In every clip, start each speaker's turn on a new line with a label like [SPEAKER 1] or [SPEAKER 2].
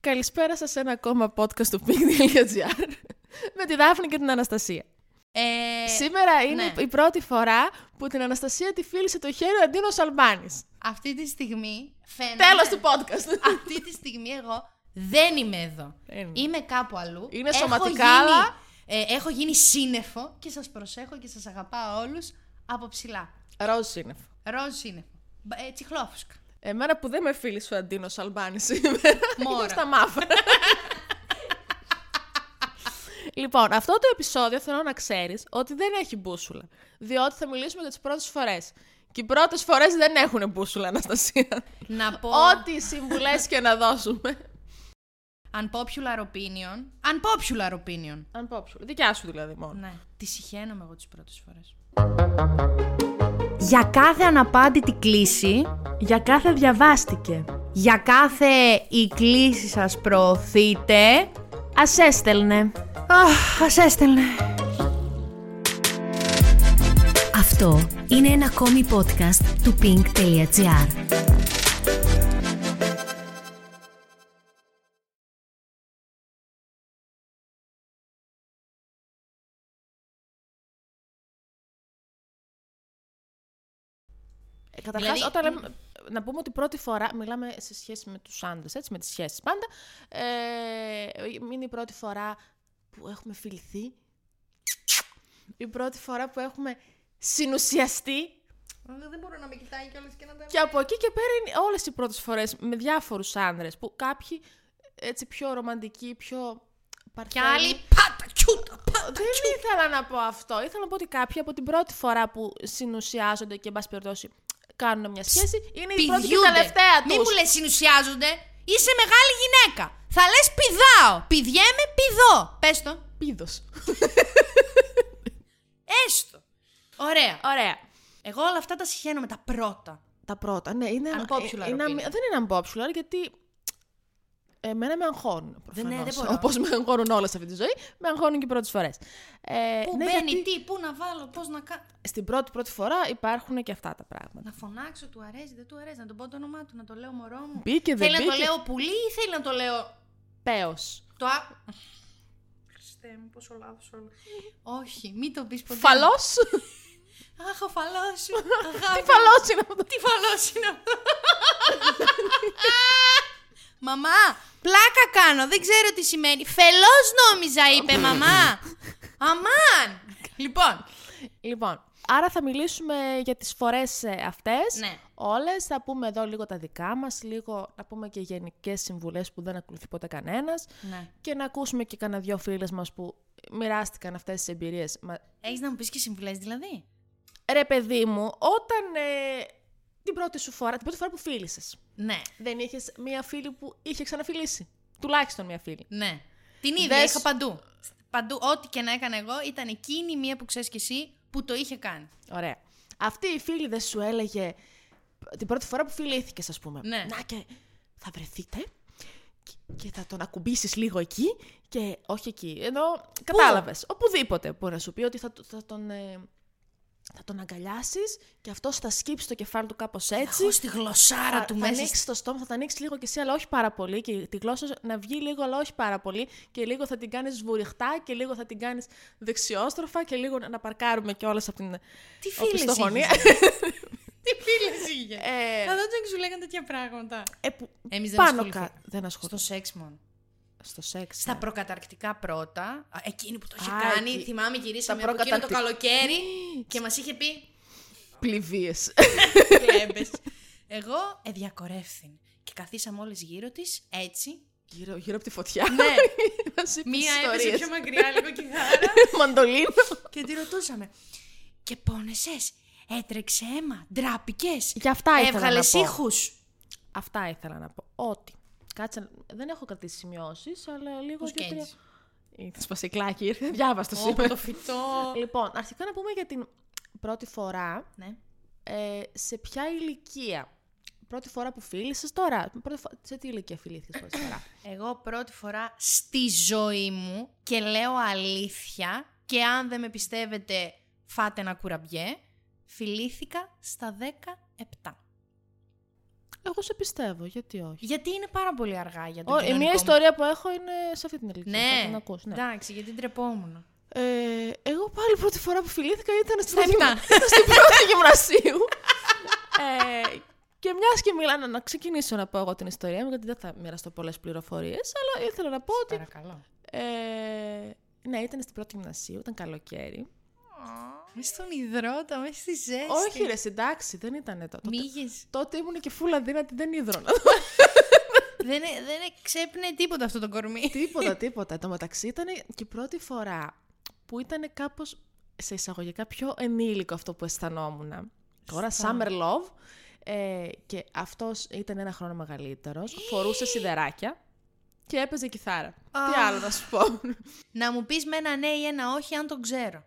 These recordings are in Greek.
[SPEAKER 1] Καλησπέρα σας σε ένα ακόμα podcast του Pink.gr με τη Δάφνη και την Αναστασία.
[SPEAKER 2] Ε,
[SPEAKER 1] Σήμερα είναι
[SPEAKER 2] ναι.
[SPEAKER 1] η πρώτη φορά που την Αναστασία τη φίλησε το χέρι ο Αντίνος Αλμπάνης.
[SPEAKER 2] Αυτή τη στιγμή φαίνεται.
[SPEAKER 1] Τέλος του podcast.
[SPEAKER 2] Αυτή τη στιγμή εγώ δεν είμαι εδώ.
[SPEAKER 1] Δεν
[SPEAKER 2] Είμαι κάπου αλλού.
[SPEAKER 1] Είναι
[SPEAKER 2] Έχω
[SPEAKER 1] σωματικά,
[SPEAKER 2] γίνει-
[SPEAKER 1] αλλά-
[SPEAKER 2] ε, έχω γίνει σύννεφο και σας προσέχω και σας αγαπάω όλους από ψηλά.
[SPEAKER 1] Ροζ σύννεφο.
[SPEAKER 2] Ροζ σύννεφο. Μπα- Ε, τσιχλόφουσκα.
[SPEAKER 1] Εμένα που δεν με φίλησε ο Αντίνος Αλμπάνης σήμερα,
[SPEAKER 2] Μόρα.
[SPEAKER 1] είμαι στα μαύρα. λοιπόν, αυτό το επεισόδιο θέλω να ξέρεις ότι δεν έχει μπούσουλα, διότι θα μιλήσουμε για τις πρώτες φορές. Και οι πρώτες φορές δεν έχουν μπούσουλα, Αναστασία.
[SPEAKER 2] Να πω
[SPEAKER 1] Ό,τι συμβουλές και να δώσουμε.
[SPEAKER 2] unpopular opinion. Unpopular opinion.
[SPEAKER 1] Unpopular. Δικιά σου δηλαδή μόνο.
[SPEAKER 2] Ναι, τη συχαίνομαι εγώ τις πρώτες φορές. Για κάθε αναπάντητη κλίση
[SPEAKER 1] Για κάθε διαβάστηκε.
[SPEAKER 2] Για κάθε η κλίση σας προωθείτε
[SPEAKER 1] Ας έστελνε.
[SPEAKER 2] Αχ, ας έστελνε
[SPEAKER 3] Αυτό είναι ένα ακόμη podcast του pink.gr.
[SPEAKER 1] Ε, Καταρχάς,
[SPEAKER 2] Δηλαδή,
[SPEAKER 1] όταν λέμε. Να πούμε ότι πρώτη φορά μιλάμε σε σχέση με τους άντρες, έτσι, με τις σχέσεις πάντα. Ε, είναι η πρώτη φορά που έχουμε φιληθεί. Η πρώτη φορά που έχουμε συνουσιαστεί.
[SPEAKER 2] Δεν μπορώ να με κοιτάει κιόλας και να τα...
[SPEAKER 1] Και από εκεί και πέρα είναι όλες οι πρώτες φορές με διάφορους άντρες. Που κάποιοι έτσι πιο ρομαντικοί, πιο.
[SPEAKER 2] Κι
[SPEAKER 1] παρθένοι.
[SPEAKER 2] άλλοι πάτα τσούτα πάτα
[SPEAKER 1] Δεν ήθελα να πω αυτό. Ήθελα να πω ότι κάποιοι από την πρώτη φορά που συνουσιάζονται και, εν πάση περιπτώσει, κάνουν μια σχέση, είναι η πρώτη και
[SPEAKER 2] Πηδιούνται.
[SPEAKER 1] τελευταία
[SPEAKER 2] Μη μου
[SPEAKER 1] του.
[SPEAKER 2] λες συνουσιάζονται Είσαι μεγάλη γυναίκα Θα λες πηδάω Πηδιέμαι πηδώ Πες το
[SPEAKER 1] Πίδο.
[SPEAKER 2] Έστω Ωραία
[SPEAKER 1] Ωραία.
[SPEAKER 2] Εγώ όλα αυτά τα συχαίνομαι τα πρώτα
[SPEAKER 1] Τα πρώτα, ναι, είναι.
[SPEAKER 2] Unpopular
[SPEAKER 1] είναι-
[SPEAKER 2] opinion.
[SPEAKER 1] δεν είναι unpopular γιατί. Εμένα με αγχώνουν.
[SPEAKER 2] Δεν- ναι,
[SPEAKER 1] Προφανώς.
[SPEAKER 2] δεν μπορώ.
[SPEAKER 1] Όπως με αγχώνουν όλα σε αυτή τη ζωή, με αγχώνουν και οι πρώτες φορές. Ε,
[SPEAKER 2] Πού
[SPEAKER 1] ναι,
[SPEAKER 2] μπαίνει,
[SPEAKER 1] γιατί
[SPEAKER 2] τι, πού να βάλω, πώς να κάνω
[SPEAKER 1] Στην πρώτη πρώτη φορά υπάρχουν και αυτά τα πράγματα.
[SPEAKER 2] Να φωνάξω, του αρέσει, δεν του αρέσει, να τον πω το όνομά του, να το λέω μωρό μου.
[SPEAKER 1] Μπήκε, δεν
[SPEAKER 2] Θέλει να το
[SPEAKER 1] μπήκε.
[SPEAKER 2] λέω πουλί ή θέλει να το λέω
[SPEAKER 1] Πέος.
[SPEAKER 2] Το α... Χριστέ μου, πόσο λάθος όλο. Όχι, μην το πεις ποτέ.
[SPEAKER 1] Φαλός.
[SPEAKER 2] Αχ, ο φαλός σου.
[SPEAKER 1] Τι
[SPEAKER 2] Αγάπη.
[SPEAKER 1] φαλός είναι αυτό.
[SPEAKER 2] Τι φαλός είναι αυτό. μαμά, πλάκα κάνω, δεν ξέρω τι σημαίνει. Φελός νόμιζα, είπε μαμά. Αμάν. λοιπόν,
[SPEAKER 1] Λοιπόν, άρα θα μιλήσουμε για τις φορές ε, αυτές.
[SPEAKER 2] Ναι.
[SPEAKER 1] Όλες θα πούμε εδώ λίγο τα δικά μας, λίγο να πούμε και γενικές συμβουλές που δεν ακολουθεί ποτέ κανένας
[SPEAKER 2] ναι.
[SPEAKER 1] και να ακούσουμε και κανένα δυο φίλες μας που μοιράστηκαν αυτές τις εμπειρίες. Μα...
[SPEAKER 2] έχεις να μου πεις και συμβουλές δηλαδή.
[SPEAKER 1] Ρε παιδί μου, όταν ε, την πρώτη σου φορά, την πρώτη φορά που φίλησες,
[SPEAKER 2] Ναι,
[SPEAKER 1] δεν είχες μία φίλη που είχε ξαναφιλήσει. Τουλάχιστον μία φίλη.
[SPEAKER 2] ναι. Την ίδια
[SPEAKER 1] Δες-
[SPEAKER 2] είχα παντού. Παντού, ό,τι και να έκανα εγώ, ήταν εκείνη η μία που ξέρεις κι εσύ που το είχε κάνει.
[SPEAKER 1] Ωραία. Αυτή η φίλη δεν σου έλεγε την πρώτη φορά που φιλήθηκες, ας πούμε.
[SPEAKER 2] Ναι.
[SPEAKER 1] Να και θα βρεθείτε και- και θα τον ακουμπήσεις λίγο εκεί και όχι εκεί. Ενώ κατάλαβες, οπουδήποτε μπορεί να σου πει ότι θα, το- θα τον... ε, θα τον αγκαλιάσεις και αυτός θα σκύψει το κεφάλι του κάπως έτσι.
[SPEAKER 2] Έχω στη γλωσσάρα
[SPEAKER 1] θα,
[SPEAKER 2] του
[SPEAKER 1] θα
[SPEAKER 2] μέσα.
[SPEAKER 1] ανοίξει το στόμα, θα τα ανοίξει λίγο και εσύ, αλλά όχι πάρα πολύ. Και τη γλώσσα σου να βγει λίγο, αλλά όχι πάρα πολύ. Και λίγο θα την κάνεις βουριχτά και λίγο θα την κάνεις δεξιόστροφα και λίγο να- να παρκάρουμε κιόλας από την
[SPEAKER 2] Τι φίλες
[SPEAKER 1] οπισθογωνία.
[SPEAKER 2] είχες, Τι φίλες είχες.
[SPEAKER 1] ναι. Ε,
[SPEAKER 2] Καθόντουσαν και σου λέγανε τέτοια πράγματα.
[SPEAKER 1] ε, που
[SPEAKER 2] Εμείς δεν
[SPEAKER 1] πάνω
[SPEAKER 2] ασχοληθήκαμε.
[SPEAKER 1] κάτω. Ναι. Δεν
[SPEAKER 2] Στο
[SPEAKER 1] ασχολούμαι.
[SPEAKER 2] σεξ μόνο.
[SPEAKER 1] Στο σεξ. ναι.
[SPEAKER 2] Στα προκαταρκτικά πρώτα, α, εκείνη που το είχε
[SPEAKER 1] Α,
[SPEAKER 2] κάνει,
[SPEAKER 1] εκεί.
[SPEAKER 2] θυμάμαι γυρίσαμε
[SPEAKER 1] Τα
[SPEAKER 2] από εκείνο το
[SPEAKER 1] προκαταρκτικά.
[SPEAKER 2] καλοκαίρι και μας είχε πει
[SPEAKER 1] Πληβίες.
[SPEAKER 2] «Κλέμπες». Εγώ εδιακορεύθην και καθίσαμε όλες γύρω της έτσι.
[SPEAKER 1] γύρω, γύρω από τη φωτιά.
[SPEAKER 2] Ναι.
[SPEAKER 1] Μας είπες
[SPEAKER 2] Μία έπεσε
[SPEAKER 1] ιστορίες.
[SPEAKER 2] πιο μακριά λίγο κιθάρα
[SPEAKER 1] Μαντολίνο.
[SPEAKER 2] και τη ρωτούσαμε. Και πόνεσες, έτρεξε αίμα, ντράπηκες,
[SPEAKER 1] Και αυτά ήθελα
[SPEAKER 2] έβγαλε
[SPEAKER 1] να πω.
[SPEAKER 2] ήχους.
[SPEAKER 1] Αυτά ήθελα να πω. Ότι. Κάτσε. να- Δεν έχω κρατήσει σημειώσεις, αλλά λίγο.
[SPEAKER 2] Πώς
[SPEAKER 1] δύο, τρία-
[SPEAKER 2] καίνεις?
[SPEAKER 1] Ε, Θα σπασικλάκι, ήρθε διάβαστο
[SPEAKER 2] Όπου
[SPEAKER 1] σήμερα.
[SPEAKER 2] το φυτό.
[SPEAKER 1] Λοιπόν, αρχικά να πούμε για την πρώτη φορά.
[SPEAKER 2] Ναι.
[SPEAKER 1] Ε, σε ποια ηλικία. Πρώτη φορά που φίλησες τώρα. Πρώτη φο- Σε τι ηλικία φιλήθηκες πρώτη φορά.
[SPEAKER 2] Εγώ πρώτη φορά στη ζωή μου και λέω αλήθεια και αν δεν με πιστεύετε φάτε ένα κουραμπιέ, φιλήθηκα στα 17.
[SPEAKER 1] Εγώ σε πιστεύω, γιατί όχι.
[SPEAKER 2] Γιατί είναι πάρα πολύ αργά για τον
[SPEAKER 1] Ω, η
[SPEAKER 2] κοινωνικό
[SPEAKER 1] μία
[SPEAKER 2] μου-
[SPEAKER 1] ιστορία που έχω είναι σε αυτή την ηλικία. θα
[SPEAKER 2] Ναι.
[SPEAKER 1] την ακούς, ναι.
[SPEAKER 2] εντάξει, γιατί ντρεπόμουν.
[SPEAKER 1] Ε, εγώ πάλι πρώτη φορά που φιλήθηκα ήταν στην,
[SPEAKER 2] Στα
[SPEAKER 1] γυμ-
[SPEAKER 2] επτά.
[SPEAKER 1] ήταν στην πρώτη γυμνασίου. ε, και μιας και μιλάνε, να ξεκινήσω να πω εγώ την ιστορία μου, γιατί δεν θα μοιραστώ πολλές πληροφορίες, αλλά ήθελα να πω ότι.
[SPEAKER 2] Παρακαλώ.
[SPEAKER 1] Ε, ναι, ήταν στην πρώτη γυμνασίου, ήταν καλοκαίρι.
[SPEAKER 2] Μες στον υδρότα, μες στη ζέστη.
[SPEAKER 1] Όχι, ρε, εντάξει, δεν ήταν τότε.
[SPEAKER 2] Μύγες.
[SPEAKER 1] Τότε ήμουν και φούλα δύνατη, δεν ίδρωνα.
[SPEAKER 2] δεν, ε- δεν ε- ξέπνε τίποτα αυτό το κορμί.
[SPEAKER 1] τίποτα, τίποτα. Εν τω μεταξύ ήταν και η πρώτη φορά που ήταν κάπως σε εισαγωγικά πιο ενήλικο αυτό που αισθανόμουν. Τώρα Summer Love. Ε, και αυτός ήταν ένα χρόνο μεγαλύτερος. Φορούσε σιδεράκια και έπαιζε κιθάρα. Τι
[SPEAKER 2] Αχ.
[SPEAKER 1] άλλο να σου πω.
[SPEAKER 2] Να μου πεις με ένα ναι ή ένα όχι αν τον ξέρω.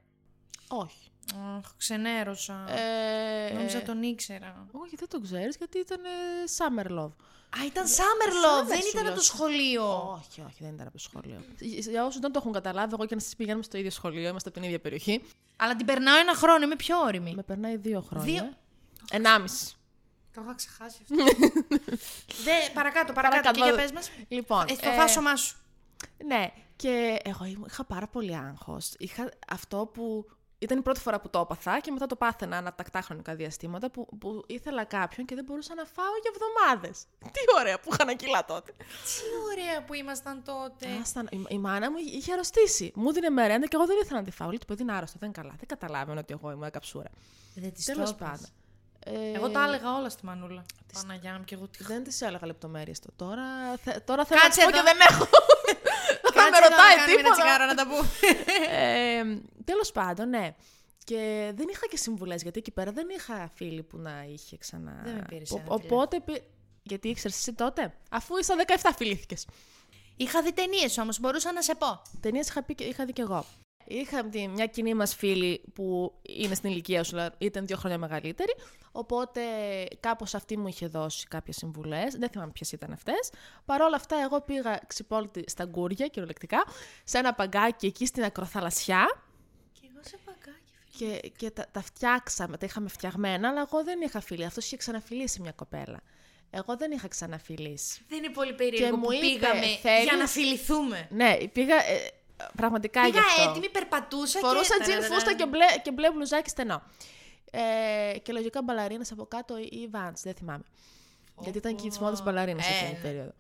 [SPEAKER 1] Όχι.
[SPEAKER 2] Αχ, ξενέρωσα.
[SPEAKER 1] Ε,
[SPEAKER 2] Νόμιζα τον ήξερα.
[SPEAKER 1] Όχι, δεν το ξέρεις γιατί ήταν ε, Summer Love.
[SPEAKER 2] Α, ήταν Ε, summer love,
[SPEAKER 1] Summer
[SPEAKER 2] δεν
[SPEAKER 1] σου
[SPEAKER 2] ήταν
[SPEAKER 1] λέω,
[SPEAKER 2] από το
[SPEAKER 1] σου-
[SPEAKER 2] σχολείο.
[SPEAKER 1] Όχι, όχι, δεν ήταν από το σχολείο. Για όσους δεν το έχουν καταλάβει, εγώ και να σας πηγαίνουμε στο ίδιο σχολείο, είμαστε από την ίδια περιοχή.
[SPEAKER 2] Αλλά την περνάω ένα χρόνο, είμαι πιο όρημη.
[SPEAKER 1] Με περνάει δύο χρόνια.
[SPEAKER 2] Δύο-
[SPEAKER 1] Ενάμιση.
[SPEAKER 2] Το είχα ξεχάσει αυτό. Δε, παρακάτω, παρακάτω,
[SPEAKER 1] Παρακάτω.
[SPEAKER 2] και για πες μας.
[SPEAKER 1] Λοιπόν,
[SPEAKER 2] Ε, το
[SPEAKER 1] ε,
[SPEAKER 2] φάσομά σου.
[SPEAKER 1] Ναι, και εγώ ήμου- είχα πάρα πολύ άγχος. Είχα αυτό που ήταν η πρώτη φορά που το έπαθα και μετά το πάθαινα ανατακτά χρονικά διαστήματα που, που ήθελα κάποιον και δεν μπορούσα να φάω για εβδομάδες. Τι ωραία που είχα να κιλά τότε.
[SPEAKER 2] Τι ωραία που ήμασταν τότε.
[SPEAKER 1] Άσταν, η, η μάνα μου είχε αρρωστήσει. Μου δίνε μερέντα και εγώ δεν ήθελα να τη φάω. Λέει το παιδί είναι άρρωστο, δεν είναι καλά. Δεν καταλάβαινε ότι εγώ ήμουν καψούρα.
[SPEAKER 2] Δεν τη
[SPEAKER 1] Τέλος πάντων. Ε,
[SPEAKER 2] Εγώ τα έλεγα όλα στη μανούλα. Παναγιά μου και εγώ τι
[SPEAKER 1] Δεν τη έλεγα λεπτομέρειες το. Τώρα, θε- τώρα θέλω να
[SPEAKER 2] Κάτσε
[SPEAKER 1] της πω
[SPEAKER 2] εδώ.
[SPEAKER 1] και δεν έχω.
[SPEAKER 2] Κάτσε
[SPEAKER 1] Δεν με
[SPEAKER 2] εδώ να
[SPEAKER 1] ρωτάει
[SPEAKER 2] κάνουμε Ένα
[SPEAKER 1] τίποτα.
[SPEAKER 2] τσιγάρο να τα πούμε.
[SPEAKER 1] ε, Τέλος πάντων, ναι. Και δεν είχα και συμβουλές, γιατί εκεί πέρα δεν είχα φίλη που να είχε ξανά.
[SPEAKER 2] Δεν με πήρες
[SPEAKER 1] Ο-
[SPEAKER 2] ένα τηλέφωνο.
[SPEAKER 1] Οπότε. πη- Γιατί ήξερες εσύ τότε, αφού ήσαν 17 φιλήθηκες.
[SPEAKER 2] Είχα δει ταινίες όμως, μπορούσα να σε πω.
[SPEAKER 1] Ταινίες είχα, πει και- είχα δει και εγώ. Είχα τη- μια κοινή μας φίλη που είναι στην ηλικία σου, αλλά ήταν δύο χρόνια μεγαλύτερη. Οπότε κάπως αυτή μου είχε δώσει κάποιες συμβουλές. Δεν θυμάμαι ποιες ήταν αυτές. Παρ' όλα αυτά, εγώ πήγα ξυπόλυτη στα γκούρια, κυριολεκτικά, σε ένα παγκάκι εκεί στην ακροθαλασσιά.
[SPEAKER 2] Και εγώ σε παγκάκι, φίλε.
[SPEAKER 1] Και, και τα, τα φτιάξαμε, τα είχαμε φτιαγμένα, αλλά εγώ δεν είχα φίλη. Αυτός είχε ξαναφιλήσει μια κοπέλα. Εγώ δεν είχα ξαναφιλήσει.
[SPEAKER 2] Δεν είναι πολύ περίεργο
[SPEAKER 1] Και
[SPEAKER 2] που
[SPEAKER 1] μου είπε,
[SPEAKER 2] πήγαμε
[SPEAKER 1] «Θέλεις?»
[SPEAKER 2] για να φιληθούμε.
[SPEAKER 1] Ναι, πήγα ε, πραγματικά
[SPEAKER 2] Πήγα
[SPEAKER 1] γι' αυτό.
[SPEAKER 2] έτοιμη, περπατούσα
[SPEAKER 1] Φορούσα
[SPEAKER 2] και... Ναι,
[SPEAKER 1] τζιν φούστα και μπλε, και μπλε μπλουζάκι στενό. Ε, και λογικά μπαλαρίνες από κάτω ή- ή Vans, δεν θυμάμαι. Γιατί ήταν και τη μόδα μπαλαρίνες
[SPEAKER 2] Ε,
[SPEAKER 1] εκείνη την
[SPEAKER 2] ναι.
[SPEAKER 1] περίοδο.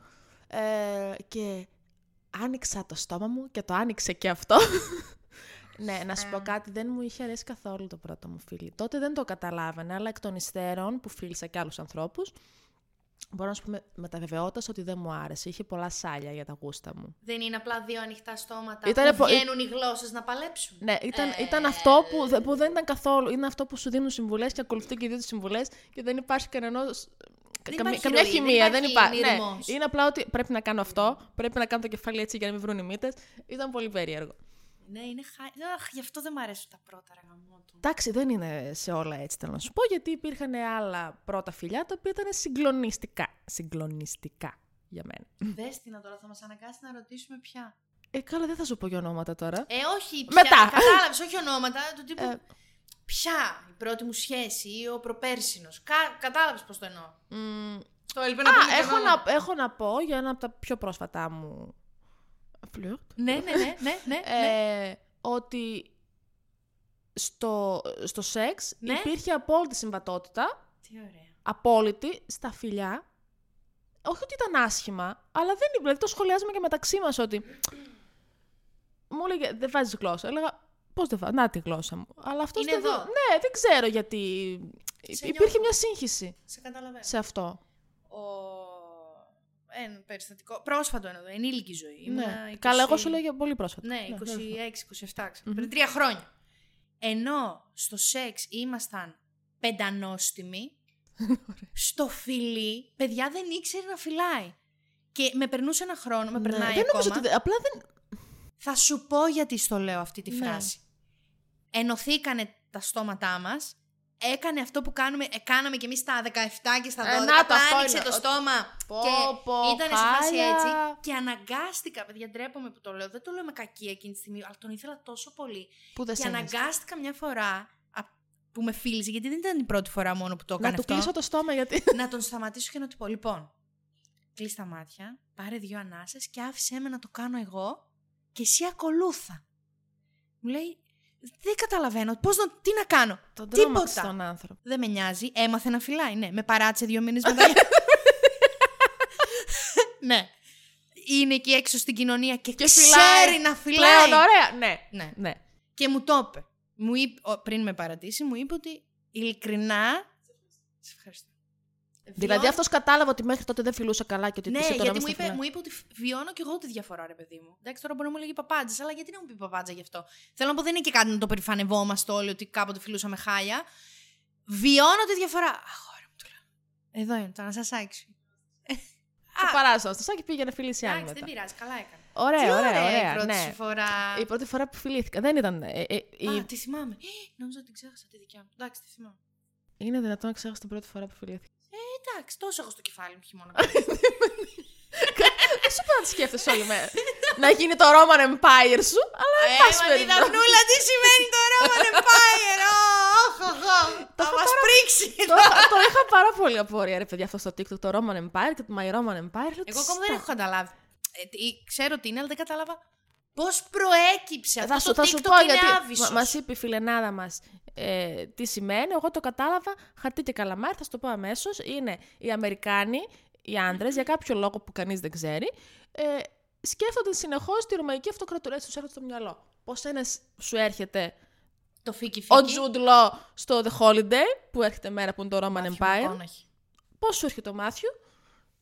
[SPEAKER 1] Ε, και άνοιξα το στόμα μου και το άνοιξε και αυτό. ναι, να
[SPEAKER 2] Ε.
[SPEAKER 1] σου πω κάτι, δεν μου είχε αρέσει καθόλου το πρώτο μου φίλι. Τότε δεν το καταλάβαινα, αλλά εκ των υστέρων που φίλησα και άλλους ανθρώπους, μπορώ να σου πω με, με τα βεβαιότητα ότι δεν μου άρεσε. Είχε πολλά σάλια για τα γούστα μου.
[SPEAKER 2] Δεν είναι απλά δύο ανοιχτά στόματα
[SPEAKER 1] Ήτανε
[SPEAKER 2] που
[SPEAKER 1] πο-
[SPEAKER 2] βγαίνουν οι γλώσσες να παλέψουν.
[SPEAKER 1] Ναι, ήταν, ήταν αυτό που, δε- που δεν ήταν καθόλου. Είναι αυτό που σου δίνουν συμβουλές και ακολουθεί και οι δύο τις συμβουλές και δεν υπάρχει κανένας.
[SPEAKER 2] Δεν
[SPEAKER 1] καμία,
[SPEAKER 2] υπάρχει
[SPEAKER 1] καμία
[SPEAKER 2] ροή, δεν
[SPEAKER 1] χημεία, δεν
[SPEAKER 2] υπάρχει
[SPEAKER 1] υπάρχει. Ναι.
[SPEAKER 2] μυρμός.
[SPEAKER 1] Είναι απλά ότι πρέπει να κάνω αυτό, πρέπει να κάνω το κεφάλι έτσι για να μην βρουν οι μύτες. Ήταν πολύ περίεργο.
[SPEAKER 2] Ναι, είναι χα... Αχ, γι' αυτό δεν μ' αρέσουν τα πρώτα, ρε γαμό του.
[SPEAKER 1] Εντάξει, δεν είναι σε όλα έτσι, θέλω να σου πω, γιατί υπήρχαν άλλα πρώτα φιλιά τα οποία ήταν συγκλονιστικά. Συγκλονιστικά για μένα.
[SPEAKER 2] Δες την τώρα, θα μας αναγκάσεις να ρωτήσουμε ποια.
[SPEAKER 1] Ε, καλά, δεν θα σου πω και ονόματα τώρα.
[SPEAKER 2] Ε, όχι ποια.
[SPEAKER 1] Μετά.
[SPEAKER 2] Κατάλαβες, όχι ονόματα, του τύπου...
[SPEAKER 1] Ε.
[SPEAKER 2] Ποια, η πρώτη μου σχέση ή ο προπέρσινος. Κα... Κατάλαβες πώς το εννοώ.
[SPEAKER 1] Ε, Μμμ,
[SPEAKER 2] Το ελπίζω πούμε
[SPEAKER 1] Α,
[SPEAKER 2] και
[SPEAKER 1] έχω
[SPEAKER 2] ονόματα.
[SPEAKER 1] να, έχω να πω για ένα από τα πιο πρόσφατά μου φλερτ.
[SPEAKER 2] Ναι, ναι, ναι, ναι, ναι. ναι.
[SPEAKER 1] ε, ότι στο, στο σεξ
[SPEAKER 2] Ναι.
[SPEAKER 1] υπήρχε απόλυτη συμβατότητα,
[SPEAKER 2] Τι ωραία.
[SPEAKER 1] απόλυτη στα φιλιά. Όχι ότι ήταν άσχημα, αλλά δεν δηλαδή το σχολιάζαμε και μεταξύ μας ότι μου έλεγε δεν βάζεις γλώσσα. Έλεγα πώς δεν βάζω, να τη γλώσσα μου. Αλλά αυτός
[SPEAKER 2] Είναι
[SPEAKER 1] δεν,
[SPEAKER 2] εδώ.
[SPEAKER 1] Ναι, δεν ξέρω γιατί
[SPEAKER 2] Σε
[SPEAKER 1] υπήρχε
[SPEAKER 2] νιώθω.
[SPEAKER 1] μια σύγχυση
[SPEAKER 2] Σε καταλαβαίνω.
[SPEAKER 1] σε αυτό.
[SPEAKER 2] Ο... Ένα περιστατικό. Πρόσφατο ένα εδώ. Ενήλικη ζωή. Ήμουνα
[SPEAKER 1] ναι.
[SPEAKER 2] 20...
[SPEAKER 1] Καλά, εγώ σου λέγα πολύ πρόσφατα.
[SPEAKER 2] Ναι, 26-27,
[SPEAKER 1] δεν θυμάμαι.
[SPEAKER 2] ξέρω, πριν τρία χρόνια. Ενώ στο σεξ ήμασταν πεντανόστιμοι, στο φιλί, παιδιά δεν ήξερε να φυλάει. Και με περνούσε ένα χρόνο, με
[SPEAKER 1] Ναι.
[SPEAKER 2] περνάει
[SPEAKER 1] Δεν νομίζω
[SPEAKER 2] ακόμα.
[SPEAKER 1] ότι. δεν- Απλά δεν.
[SPEAKER 2] Θα σου πω γιατί στο λέω αυτή τη
[SPEAKER 1] Ναι.
[SPEAKER 2] φράση. Ενωθήκανε τα στόματά μας, έκανε αυτό που κάνουμε, ε, κάναμε κι εμείς στα 17 και στα 12,
[SPEAKER 1] Ε, να το, αυτό
[SPEAKER 2] άνοιξε
[SPEAKER 1] είναι.
[SPEAKER 2] το στόμα
[SPEAKER 1] Πω,
[SPEAKER 2] και
[SPEAKER 1] πω,
[SPEAKER 2] ήταν σε φάση
[SPEAKER 1] χάλια.
[SPEAKER 2] έτσι. Και αναγκάστηκα, παιδιά, ντρέπομαι που το λέω, δεν το λέω με κακία εκείνη τη στιγμή, αλλά τον ήθελα τόσο πολύ.
[SPEAKER 1] Που δεν
[SPEAKER 2] Και
[SPEAKER 1] σέβεσαι.
[SPEAKER 2] αναγκάστηκα μια φορά, α- που με φίλησε, γιατί δεν ήταν η πρώτη φορά μόνο που το έκανε
[SPEAKER 1] Να του
[SPEAKER 2] αυτό.
[SPEAKER 1] κλείσω το στόμα γιατί.
[SPEAKER 2] να τον σταματήσω και να του πω: Λοιπόν, κλείσει τα μάτια, πάρε δύο ανάσες και άφησέ με να το κάνω εγώ και εσύ ακολούθα. Μου λέει: Δεν καταλαβαίνω. Πώς να, τι να κάνω.
[SPEAKER 1] Τον
[SPEAKER 2] Τίποτα.
[SPEAKER 1] τρόμαξε τον άνθρωπο.
[SPEAKER 2] Δεν με νοιάζει. Έμαθε να φυλάει. Ναι, με παράτησε δύο μήνες μετά. ναι. Είναι εκεί έξω στην κοινωνία και,
[SPEAKER 1] Και
[SPEAKER 2] ξέρει
[SPEAKER 1] φυλάει.
[SPEAKER 2] να φυλάει.
[SPEAKER 1] Πλέον ωραία, ναι.
[SPEAKER 2] ναι.
[SPEAKER 1] ναι.
[SPEAKER 2] Και μου το είπε. Μου είπε ο- πριν με παρατήσει, μου είπε ότι ειλικρινά. Σε ευχαριστώ.
[SPEAKER 1] Δηλαδή αυτός κατάλαβε ότι μέχρι τότε δεν φιλούσε καλά και ότι
[SPEAKER 2] Ναι,
[SPEAKER 1] της τον
[SPEAKER 2] γιατί
[SPEAKER 1] έβαλε
[SPEAKER 2] μου
[SPEAKER 1] στο
[SPEAKER 2] είπε,
[SPEAKER 1] φυλάκι.
[SPEAKER 2] μου είπε ότι φ- βιώνω και εγώ τη διαφορά, ρε παιδί μου. Εντάξει, τώρα μπορεί να μου λέγει παπάντζες, αλλά γιατί να μου πει παπάντζα γι' αυτό. Θέλω να πω, δεν είναι και κάτι να το περηφανευόμαστε όλοι ότι κάποτε φιλούσαμε χάλια. Βιώνω τη διαφορά. Αχώρα μου, του λέω. Εδώ είναι το ανασασάκι σου.
[SPEAKER 1] Το παράσωνο. Στο σάκι πήγαινε φίληση άλλη
[SPEAKER 2] Εντάξει, δεν
[SPEAKER 1] μετά. Ε,
[SPEAKER 2] πειράζει, καλά έκανα. Τι
[SPEAKER 1] Ωραία, ωραία,
[SPEAKER 2] η
[SPEAKER 1] ωραία.
[SPEAKER 2] πρώτη σου
[SPEAKER 1] ναι.
[SPEAKER 2] φορά.
[SPEAKER 1] Η πρώτη φορά που φιλήθηκα. Δεν ήταν. ε, ε, η-
[SPEAKER 2] Α, τη θυμάμαι. Ε, Νόμιζα ότι την ξέχασα τη δικιά μου. Εντάξει, τη θυμάμαι.
[SPEAKER 1] Είναι δυνατόν να ξέχασα την πρώτη φορά που φιλήθηκα.
[SPEAKER 2] Εντάξει, τόσο έχω στο κεφάλι μου χειμώνα. Ε,
[SPEAKER 1] Δεν σου πω να τη σκέφτεσαι όλη μέρα. να γίνει το Roman Empire σου, αλλά εν πάση
[SPEAKER 2] Ε, μα τη
[SPEAKER 1] περιπτώσει.
[SPEAKER 2] δαπνούλα, τι σημαίνει το ε, Roman Empire! Οχ, οχ, οχ.
[SPEAKER 1] Το
[SPEAKER 2] Θα
[SPEAKER 1] έχω
[SPEAKER 2] μας πρίξει!
[SPEAKER 1] το, είχα- το είχα πάρα πολύ απορία, ρε παιδιά, αυτό στο TikTok. Το Roman Empire και το My Roman Empire. Λέω,
[SPEAKER 2] Εγώ
[SPEAKER 1] «Τι
[SPEAKER 2] ακόμα δεν
[SPEAKER 1] στα-
[SPEAKER 2] έχω καταλάβει. Ε, τι- Ξέρω τι είναι, αλλά δεν κατάλαβα πώς προέκυψε
[SPEAKER 1] Θα
[SPEAKER 2] αυτό
[SPEAKER 1] σου,
[SPEAKER 2] Ε, το
[SPEAKER 1] θα σου
[SPEAKER 2] TikTok
[SPEAKER 1] πω
[SPEAKER 2] είναι
[SPEAKER 1] γιατί
[SPEAKER 2] άβυσος.
[SPEAKER 1] μα είπε η φιλενάδα μας ε, τι σημαίνει. Εγώ το κατάλαβα χαρτί και καλαμάρι, θα σου το πω αμέσως. Είναι οι Αμερικάνοι, οι άντρες, για κάποιο λόγο που κανείς δεν ξέρει, ε, σκέφτονται συνεχώς τη ρωμαϊκή αυτοκρατορία. Έτσι του έρχεται στο μυαλό. Πώς ένας σου έρχεται
[SPEAKER 2] Το φίκι φίκι.
[SPEAKER 1] ο Τζουντ Λό στο The Holiday, που έρχεται μέρα που είναι το Roman
[SPEAKER 2] Matthew
[SPEAKER 1] Empire.
[SPEAKER 2] McConaughey.
[SPEAKER 1] Πώς σου έρχεται ο Μάθιου,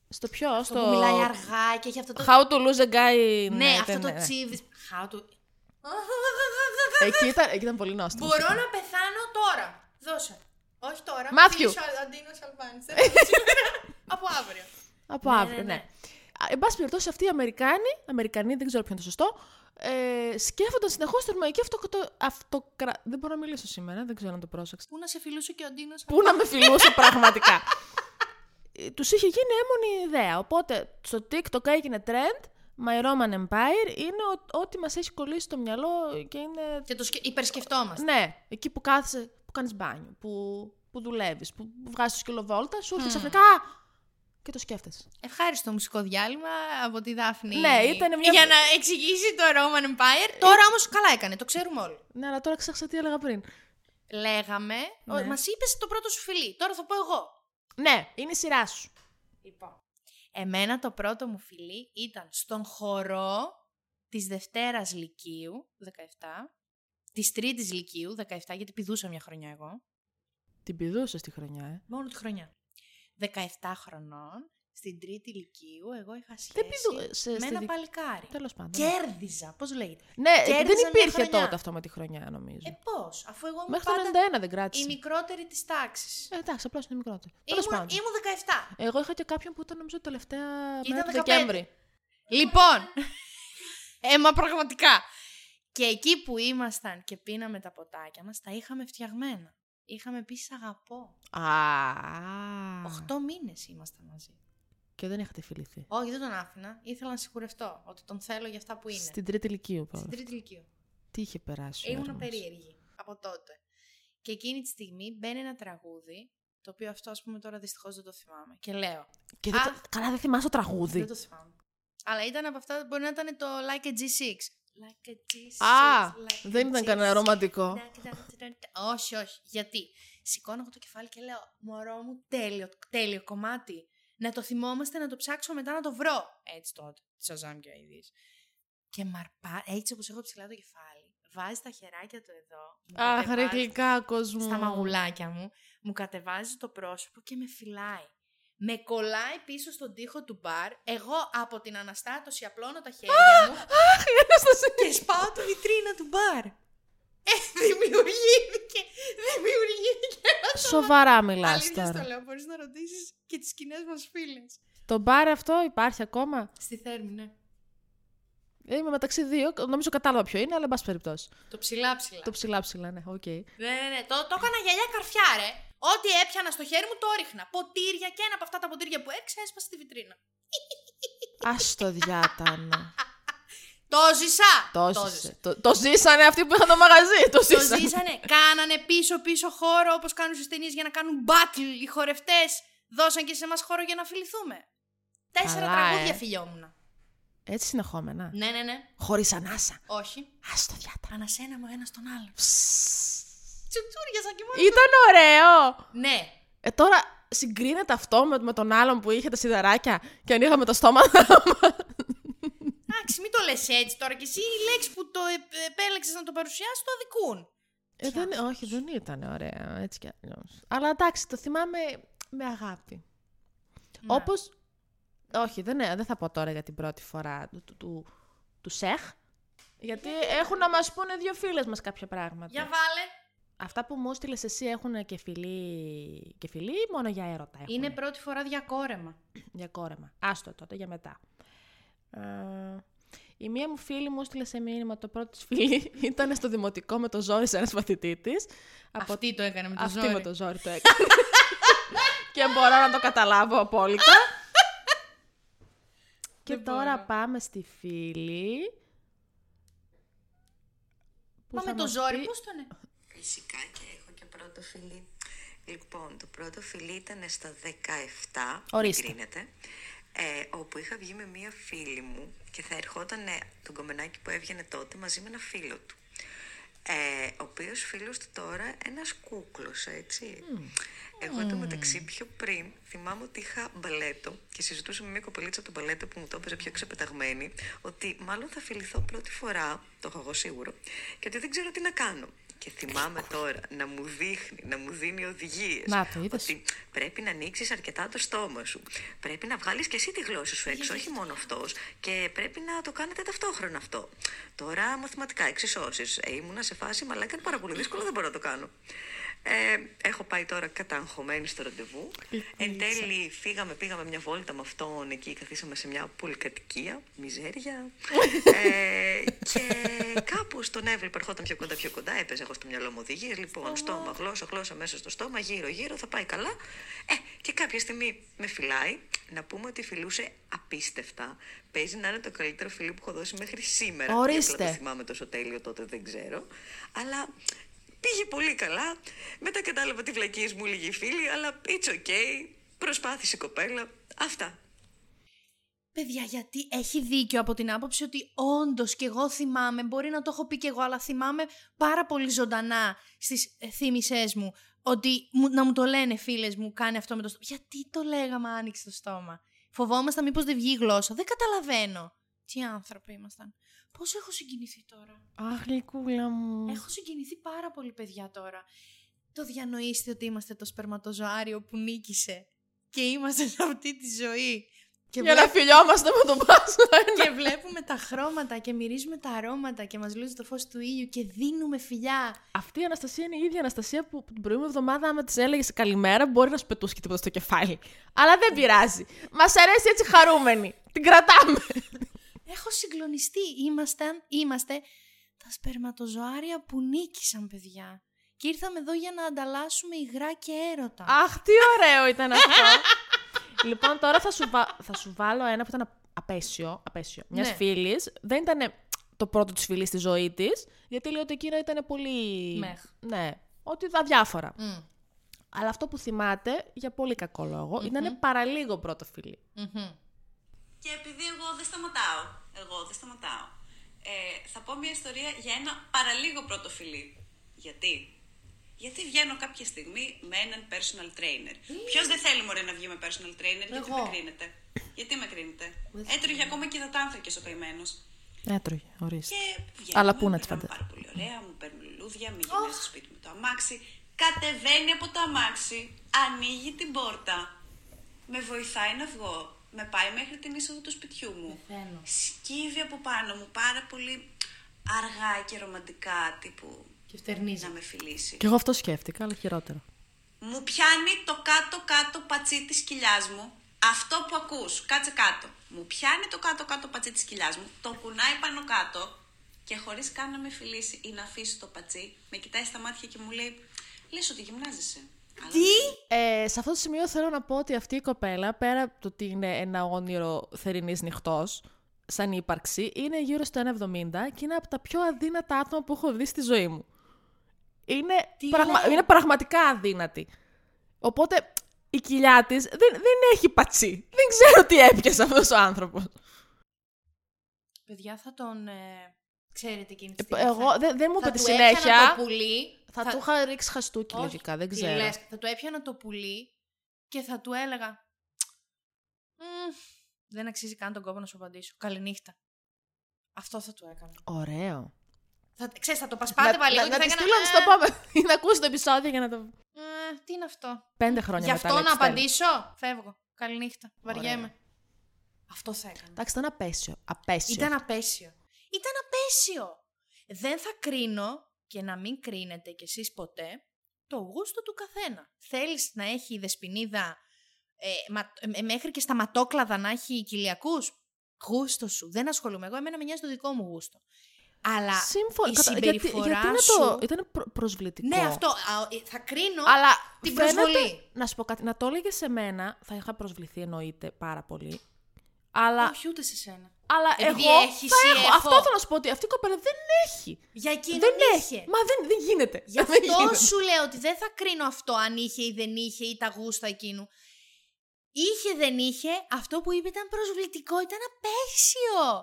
[SPEAKER 1] στο ποιο,
[SPEAKER 2] Αυτό
[SPEAKER 1] στο.
[SPEAKER 2] που μιλάει αργά και έχει αυτό το.
[SPEAKER 1] How to lose a guy.
[SPEAKER 2] Ναι, αυτό
[SPEAKER 1] ήταν,
[SPEAKER 2] το
[SPEAKER 1] ναι.
[SPEAKER 2] τσίβι. How to-
[SPEAKER 1] Εκεί ήταν, εκεί ήταν πολύ νόστιμο.
[SPEAKER 2] Μπορώ να πεθάνω τώρα. Δώσε. Όχι τώρα.
[SPEAKER 1] Μάθιου.
[SPEAKER 2] Φίλης ο Αντίνος Αλβάνης. Δεν μπορώ σήμερα. Από αύριο.
[SPEAKER 1] Από
[SPEAKER 2] Ναι,
[SPEAKER 1] αύριο,
[SPEAKER 2] ναι,
[SPEAKER 1] ναι.
[SPEAKER 2] ναι.
[SPEAKER 1] Α, Εν πάση περιπτώσει, αυτοί οι Αμερικάνοι, Αμερικανοί, δεν ξέρω ποιο είναι το σωστό, ε, σκέφτονταν συνεχώς τη ρωμαϊκή αυτοκρα... αυτοκρα... Δεν μπορώ να μιλήσω σήμερα, δεν ξέρω αν το πρόσεξα.
[SPEAKER 2] Πού να σε φιλούσε και ο Αντίνος
[SPEAKER 1] Πού να με φιλούσε πραγματικά. Τους είχε γίνει έμονη ιδέα. Οπότε στο TikTok έγινε trend. My Roman Empire είναι ο- ό,τι μας έχει κολλήσει στο μυαλό και είναι.
[SPEAKER 2] Και το σκε- υπερσκεφτόμαστε.
[SPEAKER 1] Ναι, εκεί που κάθεσαι, που κάνεις μπάνιο, που, που δουλεύεις, που βγάζεις το σκυλοβόλτα, σου έρχεται
[SPEAKER 2] Μμμ.
[SPEAKER 1] ξαφνικά. «Α!» Και το σκέφτεσαι.
[SPEAKER 2] Ευχάριστο μουσικό διάλειμμα από τη Δάφνη.
[SPEAKER 1] Ναι, ήταν μια-
[SPEAKER 2] Για να εξηγήσει το Roman Empire. Τώρα όμως καλά έκανε, το ξέρουμε όλοι.
[SPEAKER 1] Ναι, αλλά τώρα ξέχασα τι έλεγα πριν.
[SPEAKER 2] Λέγαμε.
[SPEAKER 1] Ναι.
[SPEAKER 2] Μας είπες το πρώτο σου φιλί. Τώρα θα πω εγώ.
[SPEAKER 1] Ναι, είναι η σειρά σου.
[SPEAKER 2] Λοιπόν. Εμένα το πρώτο μου φιλί ήταν στον χορό της Δευτέρας Λυκείου, 17. Της Τρίτης Λυκείου, 17, γιατί πηδούσα μια χρονιά εγώ.
[SPEAKER 1] Την πηδούσες τη χρονιά, ε.
[SPEAKER 2] Μόνο τη χρονιά. 17 χρονών, στην Τρίτη Λυκείου, εγώ είχα σχέση
[SPEAKER 1] Δεν πηδούσε.
[SPEAKER 2] με ένα παλικάρι.
[SPEAKER 1] Τέλος πάντων.
[SPEAKER 2] Κέρδιζα, πώς λέγεται.
[SPEAKER 1] Ναι,
[SPEAKER 2] κέρδιζα
[SPEAKER 1] δεν
[SPEAKER 2] μια
[SPEAKER 1] υπήρχε
[SPEAKER 2] χρονιά.
[SPEAKER 1] τότε αυτό με τη χρονιά, νομίζω.
[SPEAKER 2] Ε, πώς, αφού εγώ ήμουν
[SPEAKER 1] Μέχρι το
[SPEAKER 2] πάντα
[SPEAKER 1] 91 δεν
[SPEAKER 2] η
[SPEAKER 1] κράτησε.
[SPEAKER 2] μικρότερη της τάξης.
[SPEAKER 1] Ε, εντάξει, απλά είναι μικρότερο. Τέλο
[SPEAKER 2] Ήμουν,
[SPEAKER 1] πάντων.
[SPEAKER 2] ήμουν 17.
[SPEAKER 1] Εγώ είχα και κάποιον που ήταν νομίζω τελευταία
[SPEAKER 2] Ήταν
[SPEAKER 1] μέρα του
[SPEAKER 2] 15.
[SPEAKER 1] Δεκέμβρη.
[SPEAKER 2] Λοιπόν, ε, μα πραγματικά. Και εκεί που ήμασταν και πίναμε τα ποτάκια μας, τα είχαμε φτιαγμένα. Είχαμε επίση αγαπώ.
[SPEAKER 1] Α.
[SPEAKER 2] Οχτώ μήνες ήμασταν μαζί.
[SPEAKER 1] Και δεν είχατε φιληθεί.
[SPEAKER 2] Όχι, δεν τον άφηνα. Ήθελα να σιγουρευτώ ότι τον θέλω για αυτά που είναι.
[SPEAKER 1] Στην τρίτη ηλικίου
[SPEAKER 2] Στην
[SPEAKER 1] πάλι.
[SPEAKER 2] τρίτη ηλικία.
[SPEAKER 1] Τι είχε περάσει. ο
[SPEAKER 2] Ήμουν
[SPEAKER 1] Έρμας.
[SPEAKER 2] περίεργη από τότε. Και εκείνη τη στιγμή μπαίνει ένα τραγούδι, το οποίο αυτό ας πούμε τώρα δυστυχώς δεν το θυμάμαι. Και λέω,
[SPEAKER 1] Και δεν...
[SPEAKER 2] Α.
[SPEAKER 1] το- Καλά, δεν θυμάσαι το τραγούδι.
[SPEAKER 2] Δεν το θυμάμαι. Αλλά ήταν από αυτά, μπορεί να ήταν το Like a G6. Like a G6.
[SPEAKER 1] Α,
[SPEAKER 2] like a
[SPEAKER 1] δεν ήταν
[SPEAKER 2] G6.
[SPEAKER 1] κανένα ρομαντικό.
[SPEAKER 2] Όχι, όχι. Γιατί σηκώνω εγώ το κεφάλι και λέω Μωρό μου, τέλειο, τέλειο κομμάτι. Να το θυμόμαστε, να το ψάξω μετά να το βρω. Έτσι τότε, τη Σαζάμ και αηδής. Και μαρπά, έτσι όπως έχω ψηλά το κεφάλι, βάζει τα χεράκια του εδώ. μου
[SPEAKER 1] Αχ, ρε
[SPEAKER 2] κατεβάζει-
[SPEAKER 1] γλυκά κόσμο.
[SPEAKER 2] στα μαγουλάκια μου, μου κατεβάζει το πρόσωπο και με φυλάει. Με κολλάει πίσω στον τοίχο του μπαρ, εγώ από την αναστάτωση απλώνω τα χέρια μου και σπάω τη βιτρίνα του μπαρ. Ε, δημιουργήθηκε, δημιουργήθηκε ένα
[SPEAKER 1] Σοβαρά μιλάς
[SPEAKER 2] Αλήθεια στο
[SPEAKER 1] τώρα.
[SPEAKER 2] λέω, μπορείς να ρωτήσεις και τις κοινέ μας φίλες.
[SPEAKER 1] Το μπαρ αυτό υπάρχει ακόμα.
[SPEAKER 2] Στη Θέρμη, ναι.
[SPEAKER 1] Ε, Είμαι μεταξύ δύο. Νομίζω κατάλαβα ποιο είναι, αλλά εν πάση περιπτώσει.
[SPEAKER 2] Το ψηλά ψηλά.
[SPEAKER 1] Το ψηλά ψηλά, ναι, οκ.
[SPEAKER 2] Ναι, ναι, ναι. Το, το έκανα γυαλιά καρφιά, ρε. Ό,τι έπιανα στο χέρι μου το ρίχνα. Ποτήρια και ένα από αυτά τα ποτήρια που έριξα έσπασε στη βιτρίνα.
[SPEAKER 1] Ας το διάτανο.
[SPEAKER 2] Το ζήσα!
[SPEAKER 1] Το, ζήσε. το, το ζήσανε αυτοί που είχαν το μαγαζί. Το
[SPEAKER 2] Το
[SPEAKER 1] ζήσανε.
[SPEAKER 2] ζήσανε. Κάνανε πίσω-πίσω χώρο όπως κάνουν στι ταινίες για να κάνουν battle οι χορευτές. Δώσαν και σε εμάς χώρο για να φιληθούμε. Τέσσερα
[SPEAKER 1] Καλά,
[SPEAKER 2] τραγούδια
[SPEAKER 1] ε.
[SPEAKER 2] φιλιόμουν.
[SPEAKER 1] Έτσι συνεχόμενα.
[SPEAKER 2] Ναι, ναι, ναι.
[SPEAKER 1] Χωρίς ανάσα.
[SPEAKER 2] Όχι.
[SPEAKER 1] Ας το διάτα.
[SPEAKER 2] Ανασέναμε ο ένας τον άλλον. Τσουτσούριαζαν και μόνο.
[SPEAKER 1] Ήταν ωραίο!
[SPEAKER 2] Ναι.
[SPEAKER 1] Ε, τώρα συγκρίνεται αυτό με, με τον άλλον που είχε τα σιδεράκια και ανοίγαμε το στόμα.
[SPEAKER 2] Εντάξει, μην το λες έτσι τώρα κι εσύ. Οι λέξει που το επέλεξες να το παρουσιάσεις το αδικούν.
[SPEAKER 1] ε, δεν, όχι, δεν ήταν ωραίο. Έτσι κι αλλιώς. Αλλά εντάξει, το θυμάμαι με αγάπη.
[SPEAKER 2] Ναι.
[SPEAKER 1] Όπως. Όχι, δεν, ε, δεν θα πω τώρα για την πρώτη φορά του, του, του, του σεχ. Γιατί έχουν να μας πούνε δύο φίλες μας κάποια πράγματα.
[SPEAKER 2] Για βάλε.
[SPEAKER 1] Αυτά που μου έστειλες εσύ έχουν και φιλί, και φιλί ή μόνο για έρωτα. Έχουν.
[SPEAKER 2] Είναι πρώτη φορά διακόρεμα.
[SPEAKER 1] Για κόρεμα. Άστο τότε για μετά. Ε, η μία μου φίλη μου έστειλε σε μήνυμα το πρώτο της φιλί ήταν στο δημοτικό με το ζόρι σε ένας μαθητή τη.
[SPEAKER 2] Αυτή το έκανε με το
[SPEAKER 1] Αυτή
[SPEAKER 2] ζόρι.
[SPEAKER 1] με το ζόρι το έκανε. και μπορώ να το καταλάβω απόλυτα. και
[SPEAKER 2] Δεν
[SPEAKER 1] τώρα
[SPEAKER 2] μπορώ.
[SPEAKER 1] πάμε στη φίλη. που
[SPEAKER 2] Μα
[SPEAKER 1] θα
[SPEAKER 2] με το
[SPEAKER 1] μας
[SPEAKER 2] ζόρι,
[SPEAKER 1] πει-
[SPEAKER 2] πώς τον. ε-
[SPEAKER 4] Φυσικά και έχω και πρώτο φιλί. Λοιπόν, το πρώτο φιλί ήταν στα 17,
[SPEAKER 1] Ορίστε.
[SPEAKER 4] μην κρίνετε, ε, όπου είχα βγει με μία φίλη μου και θα ερχόταν τον κομμενάκι που έβγαινε τότε μαζί με ένα φίλο του. Ε, ο οποίος φίλος του τώρα ένας κούκλος, έτσι. Εγώ εν τω μεταξύ πιο πριν θυμάμαι ότι είχα μπαλέτο και συζητούσα με μια κοπελίτσα από το μπαλέτο που μου το έπαιζε πιο ξεπεταγμένη ότι μάλλον θα φιληθώ πρώτη φορά, το έχω εγώ σίγουρο, και ότι δεν ξέρω τι να κάνω. Και θυμάμαι τώρα να μου δείχνει, να μου δίνει οδηγίες.
[SPEAKER 1] Να το, είδες.
[SPEAKER 4] Ότι πρέπει να ανοίξεις αρκετά το στόμα σου. Πρέπει να βγάλεις και εσύ τη γλώσσα σου έξω, όχι μόνο αυτός. Και πρέπει να το κάνετε ταυτόχρονα αυτό. Τώρα μαθηματικά εξισώσεις. Ε, ήμουνα σε φάση μαλάκα είναι πάρα πολύ δύσκολο, δεν μπορώ να το κάνω. Ε, έχω πάει τώρα καταγχωμένη στο ραντεβού. Εν τέλει φύγαμε, πήγαμε μια βόλτα με αυτόν εκεί, καθίσαμε σε μια πολυκατοικία, μιζέρια. ε, και κάπου στον Εύρυπο ερχόταν πιο κοντά, πιο κοντά, έπαιζε εγώ στο μυαλό μου οδηγίε. Λοιπόν, στόμα, γλώσσα, γλώσσα μέσα στο στόμα, γύρω, γύρω, θα πάει καλά. Ε, και κάποια στιγμή με φυλάει. Να πούμε ότι φιλούσε απίστευτα. Παίζει να είναι το καλύτερο φιλί που έχω δώσει μέχρι σήμερα. Γιατί απλά
[SPEAKER 1] Ορίστε.
[SPEAKER 4] Το θυμάμαι τόσο τέλειο τότε, δεν ξέρω. Αλλά πήγε πολύ καλά. Μετά κατάλαβα τι βλακίες μου λίγοι φίλοι, αλλά it's okay. Προσπάθησε η κοπέλα. Αυτά.
[SPEAKER 2] Παιδιά, γιατί έχει δίκιο από την άποψη ότι όντως και εγώ θυμάμαι, μπορεί να το έχω πει και εγώ, αλλά θυμάμαι πάρα πολύ ζωντανά στις θύμησές μου ότι μου- να μου το λένε φίλες μου, κάνει αυτό με το στόμα. Γιατί το λέγαμε, άνοιξε το στόμα. Φοβόμασταν μήπως δεν βγει η γλώσσα. Δεν καταλαβαίνω. Τι άνθρωποι ήμασταν. Πώς έχω συγκινηθεί τώρα.
[SPEAKER 1] Αχ, γλυκούλα μου.
[SPEAKER 2] Έχω συγκινηθεί πάρα πολύ, παιδιά, τώρα. Το διανοείστε ότι είμαστε το σπερματοζωάριο που νίκησε και είμαστε σε αυτή τη ζωή. Και
[SPEAKER 1] Για να φιλιόμαστε με τον Πάσο.
[SPEAKER 2] και βλέπουμε τα χρώματα και μυρίζουμε τα αρώματα και μας λούζει το φως του ήλιου και δίνουμε φιλιά.
[SPEAKER 1] Αυτή η Αναστασία είναι η ίδια Αναστασία που την προηγούμενη εβδομάδα, άμα της έλεγες καλημέρα, μπορεί να σου πετούσε και τίποτα στο κεφάλι. Αλλά δεν πειράζει. Μας αρέσει έτσι χαρούμενη. Την κρατάμε.
[SPEAKER 2] Έχω συγκλονιστεί. Ήμασταν, είμαστε τα σπερματοζωάρια που νίκησαν, παιδιά. Και ήρθαμε εδώ για να ανταλλάσσουμε υγρά και έρωτα.
[SPEAKER 1] Αχ, τι ωραίο ήταν αυτό. λοιπόν, τώρα θα σου, βα- θα σου βάλω ένα που ήταν α- απέσιο. απέσιο Μιας
[SPEAKER 2] Ναι.
[SPEAKER 1] φίλης. Δεν ήταν το πρώτο της φίλης στη ζωή της, γιατί λέει ότι εκείνα ήταν πολύ.
[SPEAKER 2] Μεχ.
[SPEAKER 1] Ναι, ότι αδιάφορα.
[SPEAKER 2] Μμ,
[SPEAKER 1] Αλλά αυτό που θυμάται, για πολύ κακό λόγο, ήταν παραλίγο πρώτο φίλη.
[SPEAKER 2] μμμ.
[SPEAKER 5] Και επειδή εγώ δεν σταματάω, εγώ δεν σταματάω, ε, θα πω μια ιστορία για ένα παραλίγο πρώτο φιλί. Γιατί? Γιατί βγαίνω κάποια στιγμή με έναν personal trainer. Ποιος δεν θέλει μωρέ να βγει με personal trainer, γιατί
[SPEAKER 2] Εγώ.
[SPEAKER 5] με κρίνετε. Γιατί με κρίνετε. Έτρωγε ακόμα και υδατάνθρακε ο καημένος.
[SPEAKER 1] Έτρωγε, ορίστε.
[SPEAKER 5] Και βγαίνουμε,
[SPEAKER 1] Αλλά πού να τις
[SPEAKER 5] περνάμε
[SPEAKER 1] φανταστείς.
[SPEAKER 5] Πάρα πολύ ωραία, μου παίρνουν λουλούδια, με γυρνάει στο σπίτι μου το αμάξι. Κατεβαίνει από το αμάξι, ανοίγει την πόρτα. Με βοηθάει να βγω. Με πάει μέχρι την είσοδο του σπιτιού μου. Σκύβει από πάνω μου πάρα πολύ αργά και ρομαντικά, τύπου
[SPEAKER 2] Και φτερνίζει.
[SPEAKER 5] να με φιλήσει.
[SPEAKER 1] Και εγώ αυτό σκέφτηκα, αλλά χειρότερο.
[SPEAKER 5] Μου πιάνει το κάτω-κάτω πατσί της κοιλιάς μου. Αυτό που ακούς, κάτσε κάτω. Μου πιάνει το κάτω-κάτω πατσί της κοιλιάς μου, το κουνάει πάνω κάτω και χωρίς καν να με φιλήσει ή να αφήσει το πατσί, με κοιτάει στα μάτια και μου λέει «Λες ότι γυμνάζεσαι». Αλλά
[SPEAKER 1] Ε, σε αυτό το σημείο θέλω να πω ότι αυτή η κοπέλα, πέρα από το ότι είναι ένα όνειρο θερινής νυχτός, σαν ύπαρξη είναι γύρω στο 1,70 και είναι από τα πιο αδύνατα άτομα που έχω δει στη ζωή μου. Είναι,
[SPEAKER 2] Τι
[SPEAKER 1] πραγμα-
[SPEAKER 2] λέω?
[SPEAKER 1] είναι πραγματικά αδύνατη. Οπότε η κοιλιά της δεν, δεν έχει πατσί. Δεν ξέρω τι έπιασε αυτός ο άνθρωπος.
[SPEAKER 2] Παιδιά, θα τον. ε, ξέρετε εκείνη τη στιγμή.
[SPEAKER 1] Ε, Εγώ
[SPEAKER 2] θα-
[SPEAKER 1] δεν, δεν μου
[SPEAKER 2] θα
[SPEAKER 1] είπε τη
[SPEAKER 2] του έπιανα
[SPEAKER 1] συνέχεια.
[SPEAKER 2] Το πουλί,
[SPEAKER 1] Θα, του είχα ρίξει χαστούκι
[SPEAKER 2] Όχι,
[SPEAKER 1] λογικά, δεν
[SPEAKER 2] τι
[SPEAKER 1] ξέρω.
[SPEAKER 2] λες, θα του έπιανα το πουλί και θα του έλεγα. «Μμμ, δεν αξίζει καν τον κόπο να σου απαντήσω. Καληνύχτα. Αυτό θα του έκανα.
[SPEAKER 1] Ωραίο.
[SPEAKER 2] Θα, ξέρεις, θα το πασπάτευα λίγο
[SPEAKER 1] να, να
[SPEAKER 2] και θα
[SPEAKER 1] τη
[SPEAKER 2] έκανα,
[SPEAKER 1] στείλω να της το
[SPEAKER 2] «Ε,
[SPEAKER 1] πάμε. να ακούσει το επεισόδιο για να το.
[SPEAKER 2] ε, τι είναι αυτό.
[SPEAKER 1] Πέντε χρόνια
[SPEAKER 2] Γι'
[SPEAKER 1] μετά.
[SPEAKER 2] αυτό
[SPEAKER 1] λέξη,
[SPEAKER 2] να
[SPEAKER 1] τέλος.
[SPEAKER 2] απαντήσω. Φεύγω. Καληνύχτα. Βαριέμαι.
[SPEAKER 1] Ωραία.
[SPEAKER 2] Αυτό θα έκανα.
[SPEAKER 1] Εντάξει, ήταν απέσιο. Απέσιο.
[SPEAKER 2] Ήταν απέσιο. Ήταν απέσιο. Δεν θα κρίνω και να μην κρίνετε κι εσείς ποτέ το γούστο του καθένα. Θέλεις να έχει η δεσποινίδα ε, μα- ε, μέχρι και στα ματόκλαδα να έχει κοιλιακούς. Γούστο σου. Δεν ασχολούμαι. Εγώ εμένα με νοιάζει το δικό μου γούστο. Αλλά
[SPEAKER 1] Σύμφωνα.
[SPEAKER 2] η
[SPEAKER 1] Κατα... Γιατί,
[SPEAKER 2] συμπεριφορά
[SPEAKER 1] γιατί είναι
[SPEAKER 2] σου...
[SPEAKER 1] το... ήταν προ... προσβλητικό.
[SPEAKER 2] Ναι, αυτό. Α, ε, Θα κρίνω.
[SPEAKER 1] Αλλά
[SPEAKER 2] Την
[SPEAKER 1] φαίνεται-
[SPEAKER 2] προσβολή.
[SPEAKER 1] Να σου πω κάτι. Να το έλεγες σε μένα, θα είχα προσβληθεί εννοείται πάρα πολύ. Αλλά,
[SPEAKER 2] Όχι ούτε σε σένα.
[SPEAKER 1] αλλά
[SPEAKER 2] Επειδή
[SPEAKER 1] εγώ
[SPEAKER 2] έχεις
[SPEAKER 1] θα
[SPEAKER 2] ή
[SPEAKER 1] έχω.
[SPEAKER 2] έχω.
[SPEAKER 1] Αυτό θέλω να σου πω ότι αυτή η κοπέλα δεν έχει.
[SPEAKER 2] Για εκείνον
[SPEAKER 1] δεν
[SPEAKER 2] είχε.
[SPEAKER 1] έχει. Μα δεν, δεν γίνεται.
[SPEAKER 2] Γι'
[SPEAKER 1] Δεν
[SPEAKER 2] αυτό
[SPEAKER 1] γίνεται.
[SPEAKER 2] σου λέω ότι δεν θα κρίνω αυτό αν είχε ή δεν είχε ή τα γούστα εκείνου. Είχε, δεν είχε, αυτό που είπε ήταν προσβλητικό, ήταν απέσιο.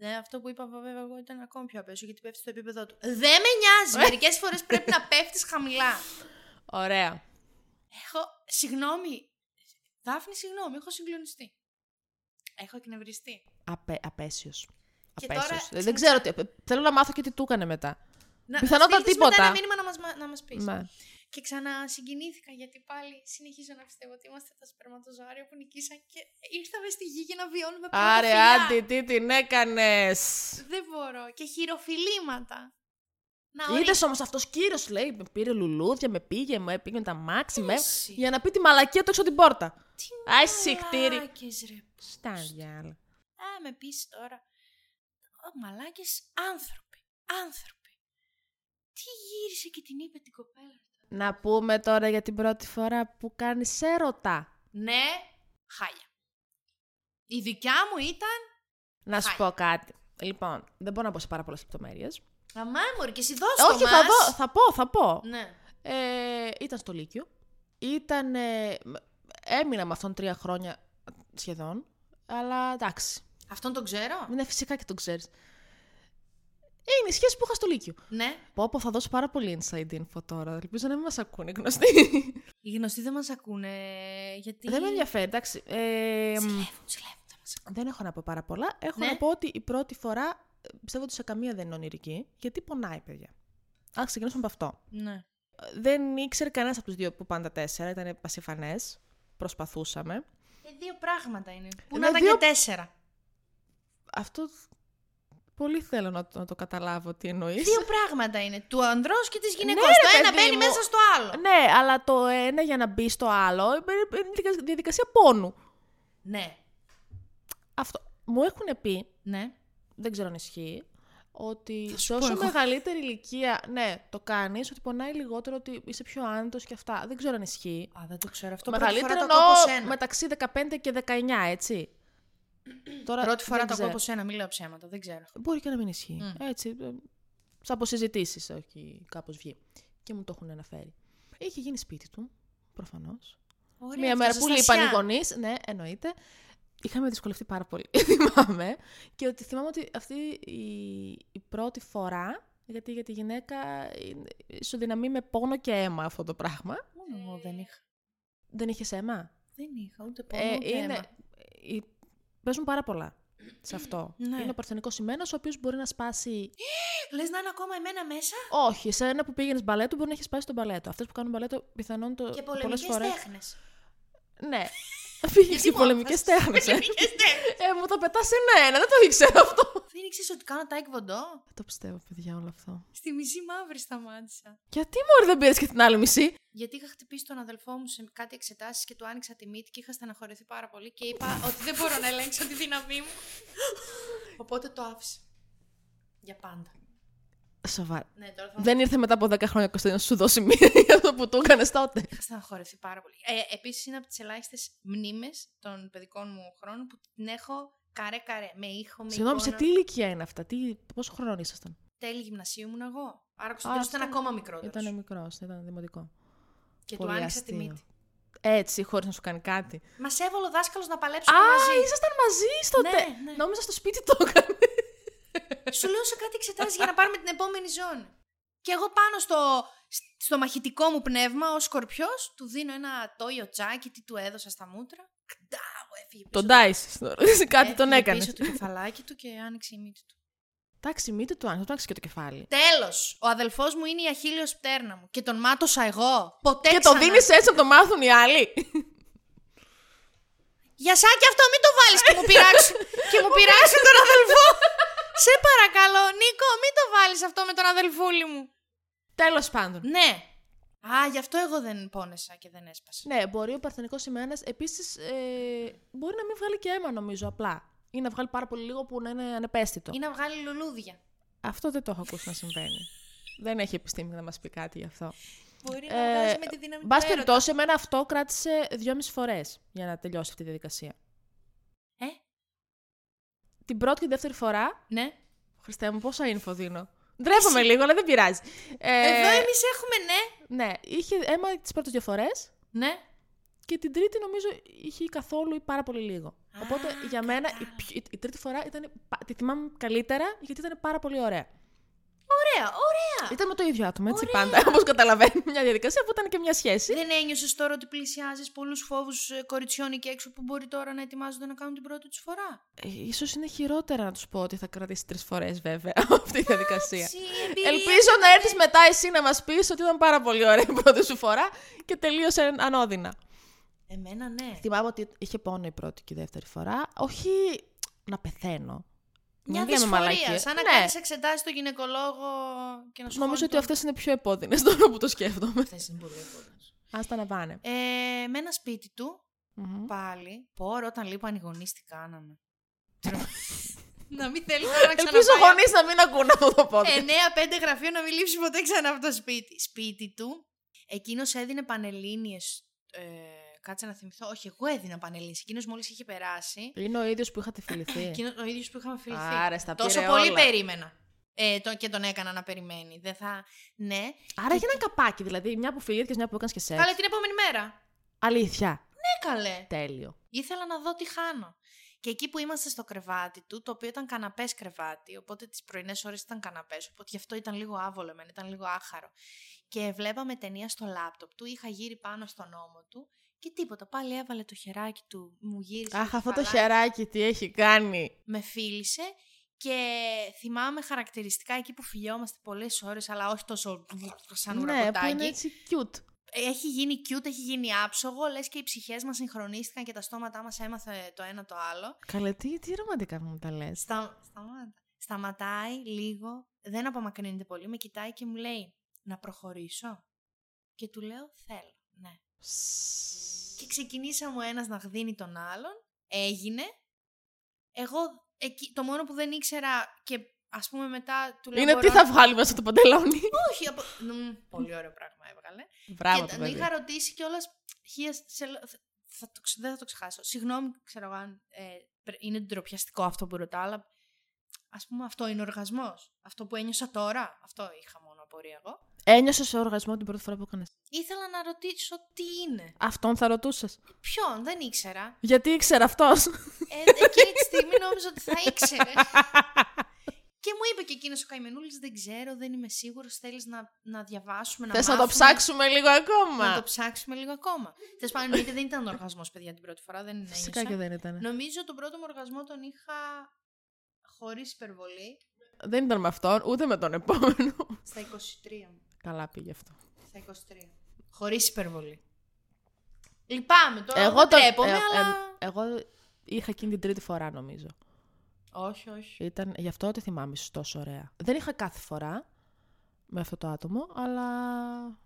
[SPEAKER 2] Ναι, αυτό που είπα βέβαια εγώ ήταν ακόμη πιο απέσιο γιατί πέφτει στο επίπεδο του. Δεν με νοιάζει. Μερικές φορές πρέπει να πέφτεις χαμηλά.
[SPEAKER 1] Ωραία.
[SPEAKER 2] Έχω. Συγγνώμη. Δάφνη, συγγνώμη, έχω συγκλονιστεί. Έχω εκνευριστεί.
[SPEAKER 1] Απέ, απέσιος.
[SPEAKER 2] Και τώρα-
[SPEAKER 1] Ε, Δεν ξέρω τι. Θέλω να μάθω και τι του έκανε μετά.
[SPEAKER 2] Να,
[SPEAKER 1] Πιθανότατα
[SPEAKER 2] να στείλεις μετά
[SPEAKER 1] τίποτα.
[SPEAKER 2] Ένα μήνυμα να μας, να μας πεις.
[SPEAKER 1] Ναι.
[SPEAKER 2] Και ξανασυγκινήθηκα γιατί πάλι συνεχίζω να πιστεύω ότι είμαστε τα σπερματοζωάρια που νικήσαν και ήρθαμε στη γη για να βιώνουμε πρώτα
[SPEAKER 1] Άρε,
[SPEAKER 2] φιλιά.
[SPEAKER 1] άντι, τι την έκανες.
[SPEAKER 2] Δεν μπορώ. Και χειροφιλήματα. Να
[SPEAKER 1] Είδες όμως αυτός κύριος, λέει, με πήρε λουλούδια, με πήγε, με πήγε με τα μάξι, με.
[SPEAKER 2] Εσύ.
[SPEAKER 1] Για να πει τη μαλακία του έξω από την πόρτα.
[SPEAKER 2] Τι
[SPEAKER 1] Άι, συχτήρι.
[SPEAKER 2] μαλάκες, ρε.
[SPEAKER 1] Στα διάλα.
[SPEAKER 2] Α, με πεις τώρα. Ω, μαλάκες άνθρωποι. Άνθρωποι. Τι γύρισε και την είπε την κοπέλα.
[SPEAKER 1] Να πούμε τώρα για την πρώτη φορά που κάνεις έρωτα.
[SPEAKER 2] Ναι, χάλια. Η δικιά μου ήταν...
[SPEAKER 1] Να σου
[SPEAKER 2] Χάλια.
[SPEAKER 1] πω κάτι. Λοιπόν, δεν μπορώ να πω σε πάρα πολλές λεπτομέρειες.
[SPEAKER 2] Αμά μου, ρε, και εσύ δώσ' το
[SPEAKER 1] Όχι, θα,
[SPEAKER 2] μας.
[SPEAKER 1] δω, θα πω, θα πω.
[SPEAKER 2] Ναι.
[SPEAKER 1] Ε, ήταν στο Λύκειο. Ήταν, ε, μ- έμεινα με αυτόν τρία χρόνια σχεδόν. Αλλά εντάξει.
[SPEAKER 2] Αυτόν τον ξέρω.
[SPEAKER 1] Είναι φυσικά και τον ξέρεις. Είναι η σχέση που είχα στο Λύκειο.
[SPEAKER 2] Ναι.
[SPEAKER 1] Πω, πω, θα δώσω πάρα πολύ inside info τώρα. Ελπίζω να μην μας ακούνε οι γνωστοί.
[SPEAKER 2] Οι γνωστοί δεν μας ακούνε, γιατί...
[SPEAKER 1] δεν με ενδιαφέρει, εντάξει. Ε, μ,
[SPEAKER 2] Ψηλεύουν, ψηλεύουν, δεν μας ακούνε.
[SPEAKER 1] Δεν έχω να πω πάρα πολλά. Έχω
[SPEAKER 2] Ναι.
[SPEAKER 1] να πω ότι η πρώτη φορά ε, πιστεύω ότι σε καμία δεν είναι ονειρική, γιατί πονάει, παιδιά. Α ξεκινήσουμε από αυτό.
[SPEAKER 2] Ναι.
[SPEAKER 1] Ε, Δεν ήξερε κανένας από τους δύο που πάνε τα τέσσερα, ήταν πασιφανές. Προσπαθούσαμε.
[SPEAKER 2] Ε, δύο πράγματα είναι. Που
[SPEAKER 1] Ε,
[SPEAKER 2] να
[SPEAKER 1] ναι,
[SPEAKER 2] ήταν
[SPEAKER 1] δύο-
[SPEAKER 2] και τέσσερα.
[SPEAKER 1] Αυτό πολύ θέλω να το, να το καταλάβω τι εννοείς.
[SPEAKER 2] Δύο πράγματα είναι. Του ανδρός και της γυναικώς.
[SPEAKER 1] Ναι,
[SPEAKER 2] το
[SPEAKER 1] ρε,
[SPEAKER 2] ένα
[SPEAKER 1] παιδί
[SPEAKER 2] μπαίνει
[SPEAKER 1] μου.
[SPEAKER 2] μέσα στο άλλο.
[SPEAKER 1] Ναι, αλλά το ένα για να μπει στο άλλο ε, ε, είναι δικα- διαδικασία πόνου.
[SPEAKER 2] Ναι.
[SPEAKER 1] Αυτό. Μου έχουν πει,
[SPEAKER 2] Ναι.
[SPEAKER 1] δεν ξέρω αν ισχύει, ότι
[SPEAKER 2] σου
[SPEAKER 1] σε
[SPEAKER 2] πω
[SPEAKER 1] όσο
[SPEAKER 2] εγώ.
[SPEAKER 1] μεγαλύτερη ηλικία, ναι, το κάνεις, ότι πονάει λιγότερο, ότι είσαι πιο άνετος και αυτά. Δεν ξέρω αν ισχύει.
[SPEAKER 2] Α, δεν το ξέρω αυτό.
[SPEAKER 1] Το μεγαλύτερο
[SPEAKER 2] πρώτη φορά το ακούω από
[SPEAKER 1] εννοώ
[SPEAKER 2] σένα.
[SPEAKER 1] μεταξύ 15 και 19, έτσι. Τώρα,
[SPEAKER 2] Πρώτη φορά
[SPEAKER 1] δεν
[SPEAKER 2] το ακούω Mm.
[SPEAKER 1] ξέρω.
[SPEAKER 2] από σένα, μην λέω ψέματα, δεν ξέρω.
[SPEAKER 1] Μπορεί και να μην ισχύει.
[SPEAKER 2] Μμ.
[SPEAKER 1] Έτσι. ε, Σαν από συζητήσεις, όχι κάπως βγει. Και μου το έχουν αναφέρει. Είχε γίνει σπίτι του, προφανώς.
[SPEAKER 2] Ωραία,
[SPEAKER 1] Μία
[SPEAKER 2] αυτό,
[SPEAKER 1] μέρα
[SPEAKER 2] σε
[SPEAKER 1] που
[SPEAKER 2] στασιά.
[SPEAKER 1] λείπαν οι γονείς, ναι, εννοείται. Είχαμε δυσκολευτεί πάρα πολύ, θυμάμαι. Και ότι θυμάμαι ότι αυτή η, η πρώτη φορά, γιατί για τη γυναίκα είναι- ισοδυναμεί με πόνο και αίμα αυτό το πράγμα.
[SPEAKER 2] Μόνο εγώ δεν είχα.
[SPEAKER 1] Δεν είχες αίμα.
[SPEAKER 2] Δεν είχα ούτε πόνο,
[SPEAKER 1] Ε,
[SPEAKER 2] ούτε
[SPEAKER 1] είναι, ε,
[SPEAKER 2] αίμα.
[SPEAKER 1] η- παίζουν πάρα πολλά σε αυτό.
[SPEAKER 2] Ναι.
[SPEAKER 1] Είναι ο παρθενικός σημαίνο, ο οποίος μπορεί να σπάσει.
[SPEAKER 2] Λες να είναι ακόμα εμένα μέσα
[SPEAKER 1] Όχι, σε ένα που πήγαινες μπαλέτο μπορεί να έχεις σπάσει τον μπαλέτο. Αυτές που κάνουν μπαλέτο πιθανόν το.
[SPEAKER 2] και
[SPEAKER 1] πολλές
[SPEAKER 2] πολεμικές
[SPEAKER 1] φορές-
[SPEAKER 2] τέχνες.
[SPEAKER 1] Ναι. Πήγε και
[SPEAKER 2] μου
[SPEAKER 1] πολεμικέ
[SPEAKER 2] άφησες?
[SPEAKER 1] τέχνε.
[SPEAKER 2] Πολεμικές τέχνες.
[SPEAKER 1] Ε, μου τα πετά ένα-ένα, δεν το ήξερα αυτό.
[SPEAKER 2] Δεν ήξερες ότι κάνω τα εκβοντό.
[SPEAKER 1] Δεν το πιστεύω, παιδιά, όλο αυτό.
[SPEAKER 2] Στη μισή μαύρη σταμάτησα.
[SPEAKER 1] Γιατί μόλι δεν πήρες και την άλλη μισή.
[SPEAKER 2] Γιατί είχα χτυπήσει τον αδελφό μου σε κάτι εξετάσεις και του άνοιξα τη μύτη και είχα στεναχωρηθεί πάρα πολύ και είπα ότι δεν μπορώ να ελέγξω τη δύναμή μου. Οπότε το άφησα. Για πάντα.
[SPEAKER 1] Σοβαρά.
[SPEAKER 2] Ναι, τώρα θα
[SPEAKER 1] Δεν ήρθε μετά από 10 χρόνια Κωνσταντίνος να σου δώσει μία για αυτό που του έκανε τότε.
[SPEAKER 2] Είχα στεναχωρηθεί πάρα πολύ. Ε, Επίσης, είναι από τις ελάχιστες μνήμες των παιδικών μου χρόνων που την έχω καρέ-καρέ, με ήχο, με
[SPEAKER 1] Συγγνώμη, σε
[SPEAKER 2] εικόνα.
[SPEAKER 1] τι ηλικία είναι αυτά, τι, πόσο χρόνο ήσασταν.
[SPEAKER 2] Τέλη γυμνασίου ήμουν εγώ. Άρα ο
[SPEAKER 1] Α,
[SPEAKER 2] Κωνσταντίνος ήταν
[SPEAKER 1] αυτό-
[SPEAKER 2] ακόμα μικρότερος.
[SPEAKER 1] Ήταν μικρός, ήταν δημοτικό.
[SPEAKER 2] Και του
[SPEAKER 1] Πολύ
[SPEAKER 2] άνοιξα τη
[SPEAKER 1] αστείο.
[SPEAKER 2] μύτη.
[SPEAKER 1] Έτσι, χωρίς να σου κάνει κάτι.
[SPEAKER 2] Μας έβαλε ο δάσκαλος να
[SPEAKER 1] Α,
[SPEAKER 2] παλέψουμε μαζί.
[SPEAKER 1] ήσασταν μαζί στο
[SPEAKER 2] Ναι,
[SPEAKER 1] τε-
[SPEAKER 2] ναι.
[SPEAKER 1] Νόμιζα στο σπίτι το έκανε.
[SPEAKER 2] Σου λέω σε κάτι εξετάσει για να πάρουμε την επόμενη ζώνη. Και εγώ πάνω στο, στο μαχητικό μου πνεύμα, ο σκορπιός, του δίνω ένα τόιο τσάκι, τι του έδωσα στα μούτρα. Κτάου, έφυγε πίσω.
[SPEAKER 1] Τον τάισες τώρα. Κάτι τον
[SPEAKER 2] έφυγε
[SPEAKER 1] έκανε.
[SPEAKER 2] Ε, πίσω το κεφαλάκι του και άνοιξε η μύτη του.
[SPEAKER 1] Εντάξει, μύτη του άνοιξε, του άνοιξε και το κεφάλι.
[SPEAKER 2] Τέλος! Ο αδελφός μου είναι η αχίλιος πτέρνα μου και τον μάτωσα εγώ. Ποτέ
[SPEAKER 1] Και το
[SPEAKER 2] ξανά.
[SPEAKER 1] δίνεις έτσι να το μάθουν οι άλλοι.
[SPEAKER 2] Για σάκι αυτό, μην το βάλεις και μου πειράξει. και μου πειράξει τον αδελφό. Σε παρακαλώ, Νίκο, μην το βάλεις αυτό με τον αδελφούλη μου.
[SPEAKER 1] Τέλος πάντων.
[SPEAKER 2] Ναι. Α, γι' αυτό εγώ δεν πόνεσα και δεν έσπασα.
[SPEAKER 1] Ναι, μπορεί ο Παρθενικός Ιμένε επίσης ε, μπορεί να μην βγάλει και αίμα, νομίζω, απλά. Ή να βγάλει πάρα πολύ λίγο που να είναι ανεπαίσθητο.
[SPEAKER 2] Ή να βγάλει λουλούδια.
[SPEAKER 1] Αυτό δεν το έχω ακούσει να συμβαίνει. Δεν έχει επιστήμη να μας πει κάτι γι' αυτό.
[SPEAKER 2] Μπορεί
[SPEAKER 1] να Ε, βγάζει με τη
[SPEAKER 2] δύναμη
[SPEAKER 1] Μπα περιπτώσει, εμένα αυτό κράτησε δυόμιση φορές για να τελειώσει αυτή τη διαδικασία.
[SPEAKER 2] Ε,
[SPEAKER 1] Την πρώτη και τη δεύτερη φορά.
[SPEAKER 2] ναι.
[SPEAKER 1] Χριστέ μου, πόσα info δίνω. Ντρέπομαι λίγο, αλλά δεν πειράζει. Ε,
[SPEAKER 2] Εδώ εμείς έχουμε ναι.
[SPEAKER 1] Ναι, είχε αίμα τις πρώτες δύο φορές
[SPEAKER 2] Ναι.
[SPEAKER 1] και την τρίτη νομίζω είχε ή καθόλου ή πάρα πολύ λίγο. Οπότε για μένα η, πιο- η- η τρίτη φορά ήταν, πα- τη θυμάμαι καλύτερα γιατί ήταν πάρα πολύ ωραία.
[SPEAKER 2] Ωραία, ωραία.
[SPEAKER 1] Ήταν με το ίδιο άτομο, έτσι πάντα. Όπως καταλαβαίνει, μια διαδικασία που ήταν και μια σχέση.
[SPEAKER 2] Δεν ένιωσες τώρα ότι πλησιάζεις πολλούς φόβους ε, κοριτσιών εκεί έξω που μπορεί τώρα να ετοιμάζονται να κάνουν την πρώτη τους φορά.
[SPEAKER 1] Ε, ίσως είναι χειρότερα να τους πω ότι θα κρατήσει τρεις φορές, βέβαια, αυτή η διαδικασία.
[SPEAKER 2] Έτσι, η εμπειρία
[SPEAKER 1] Ελπίζω να
[SPEAKER 2] σου τα
[SPEAKER 1] έρθεις μετά εσύ να μας πεις ότι ήταν πάρα πολύ ωραία η πρώτη σου φορά και τελείωσε ανώδυνα.
[SPEAKER 2] φέρνει. Εμένα ναι.
[SPEAKER 1] Θυμάμαι ότι είχε πόνο η πρώτη και η δεύτερη φορά. Όχι να πεθαίνω.
[SPEAKER 2] Μια
[SPEAKER 1] Μην λέμε
[SPEAKER 2] δυσφορία.
[SPEAKER 1] μαλακίες.
[SPEAKER 2] Σαν να
[SPEAKER 1] Ναι.
[SPEAKER 2] κάνεις εξετάσεις στο γυναικολόγο και να σου
[SPEAKER 1] Νομίζω
[SPEAKER 2] χώνει
[SPEAKER 1] ότι
[SPEAKER 2] το-
[SPEAKER 1] αυτές είναι πιο επώδυνες τώρα που το σκέφτομαι.
[SPEAKER 2] Αυτές είναι πολύ επώδυνες.
[SPEAKER 1] Ας τα αναβάνε.
[SPEAKER 2] Ε, με ένα σπίτι του,
[SPEAKER 1] Μμμ.
[SPEAKER 2] πάλι, πόρο όταν λείπαν οι γονείς τι κάναμε. να μην θέλεις τώρα να
[SPEAKER 1] Ελπίζω
[SPEAKER 2] ξαναπάει.
[SPEAKER 1] γονείς να μην ακούνε αυτό το πόδι.
[SPEAKER 2] 9-5 γραφείο να μην λείψει ποτέ ξανά από το σπίτι. Σπίτι του, εκείνος έδινε πανελλήνιες, ε, κάτσε να θυμηθώ, όχι εγώ έδινα πανελλήνιες, εκείνος μόλις είχε περάσει.
[SPEAKER 1] Είναι ο ίδιος που είχατε φιληθεί.
[SPEAKER 2] Εκείνο, ο ίδιος που είχαμε φιληθεί.
[SPEAKER 1] Ε. Άρα, στα
[SPEAKER 2] Τόσο
[SPEAKER 1] πήρε
[SPEAKER 2] πολύ
[SPEAKER 1] όλα.
[SPEAKER 2] περίμενα. Ε, το, και τον έκανα να περιμένει. Δεν θα. Ναι.
[SPEAKER 1] Άρα έχει ένα καπάκι, δηλαδή μια που φιλήθηκε, μια που έκανες και σεξ.
[SPEAKER 2] Καλέ την επόμενη μέρα.
[SPEAKER 1] Αλήθεια.
[SPEAKER 2] Ναι, καλέ.
[SPEAKER 1] Τέλειο.
[SPEAKER 2] Ήθελα να δω τι χάνω. Και εκεί που είμαστε στο κρεβάτι του, το οποίο ήταν καναπές κρεβάτι, οπότε τις πρωινές ώρες ήταν καναπές, οπότε γι' αυτό ήταν λίγο άβολο εμένα, ήταν λίγο άχαρο. Και βλέπαμε ταινία στο λάπτοπ του, είχα γύρει πάνω στον ώμο του και τίποτα. Πάλι έβαλε το χεράκι του, μου γύρισε.
[SPEAKER 1] Αχ, αυτό το
[SPEAKER 2] κεφαλάκι.
[SPEAKER 1] χεράκι τι έχει κάνει.
[SPEAKER 2] με φίλησε και θυμάμαι χαρακτηριστικά εκεί που φιλιόμαστε πολλές ώρες, αλλά όχι τόσο σαν
[SPEAKER 1] Ναι, που
[SPEAKER 2] ουρακοτάκι.
[SPEAKER 1] είναι έτσι cute.
[SPEAKER 2] Έχει γίνει cute, έχει γίνει άψογο, λες και οι ψυχές μας συγχρονίστηκαν και τα στόματά μας έμαθε το ένα το άλλο.
[SPEAKER 1] Καλέ, τι, τι ρομαντικά μου τα λες.
[SPEAKER 2] Στα... Σταμάτα. Σταματάει λίγο, δεν απομακρύνεται πολύ, με κοιτάει και μου λέει «Να προχωρήσω» και του λέω «Θέλω, ναι». Και ξεκινήσαμε ο ένας να γδίνει τον άλλον. Έγινε. Εγώ εκεί, το μόνο που δεν ήξερα και ας πούμε μετά του λέω
[SPEAKER 1] Είναι τι
[SPEAKER 2] «Μπορώ
[SPEAKER 1] θα
[SPEAKER 2] να-
[SPEAKER 1] βγάλει μέσα το παντελόνι.
[SPEAKER 2] Όχι, απο... Μμμ, πολύ ωραίο πράγμα έβγαλε.
[SPEAKER 1] Μπράβο
[SPEAKER 2] και
[SPEAKER 1] το
[SPEAKER 2] τον
[SPEAKER 1] παιδί.
[SPEAKER 2] είχα ρωτήσει κιόλας. Χίλια. σε λέ- θα- Θα το, ξε- δεν θα το ξεχάσω. Συγγνώμη, ξέρω εγώ αν ε, πρε- είναι ντροπιαστικό αυτό που ρωτάω, αλλά ας πούμε αυτό είναι οργασμός. Αυτό που ένιωσα τώρα, αυτό είχα μόνο απορία εγώ.
[SPEAKER 1] Ένιωσες οργασμό την πρώτη φορά που έκανες.
[SPEAKER 2] Ήθελα να ρωτήσω τι είναι.
[SPEAKER 1] Αυτόν θα ρωτούσες.
[SPEAKER 2] Ποιον, δεν ήξερα.
[SPEAKER 1] Γιατί ήξερε αυτός.
[SPEAKER 2] Ε, εκείνη τη στιγμή νόμιζα ότι θα ήξερε. και μου είπε και εκείνος ο Καημενούλη: Δεν ξέρω, δεν είμαι σίγουρος. Θέλεις να, να διαβάσουμε, να
[SPEAKER 1] Θες να το
[SPEAKER 2] μάθουμε,
[SPEAKER 1] ψάξουμε λίγο
[SPEAKER 2] Να το
[SPEAKER 1] ακόμα.
[SPEAKER 2] ψάξουμε λίγο ακόμα. Τέλο πάντων, είτε δεν ήταν οργασμός, παιδιά, την πρώτη φορά, δεν
[SPEAKER 1] Φυσικά
[SPEAKER 2] ένιωσα.
[SPEAKER 1] και δεν ήταν.
[SPEAKER 2] Νομίζω τον πρώτο μου οργασμό τον είχα χωρίς υπερβολή
[SPEAKER 1] Δεν ήταν με αυτόν, ούτε με τον επόμενο.
[SPEAKER 2] στα 23 μου.
[SPEAKER 1] Καλά πήγε αυτό.
[SPEAKER 2] Στα 23. Χωρίς υπερβολή. Λυπάμαι τώρα.
[SPEAKER 1] Εγώ
[SPEAKER 2] δεν
[SPEAKER 1] τον-
[SPEAKER 2] τρέπομαι,
[SPEAKER 1] ε, ε,
[SPEAKER 2] αλλά.
[SPEAKER 1] Εγώ είχα εκείνη την τρίτη φορά, νομίζω.
[SPEAKER 2] όχι, όχι.
[SPEAKER 1] Ήταν, γι' αυτό τη θυμάμαι ίσως τόσο ωραία. Δεν είχα κάθε φορά με αυτό το άτομο, αλλά.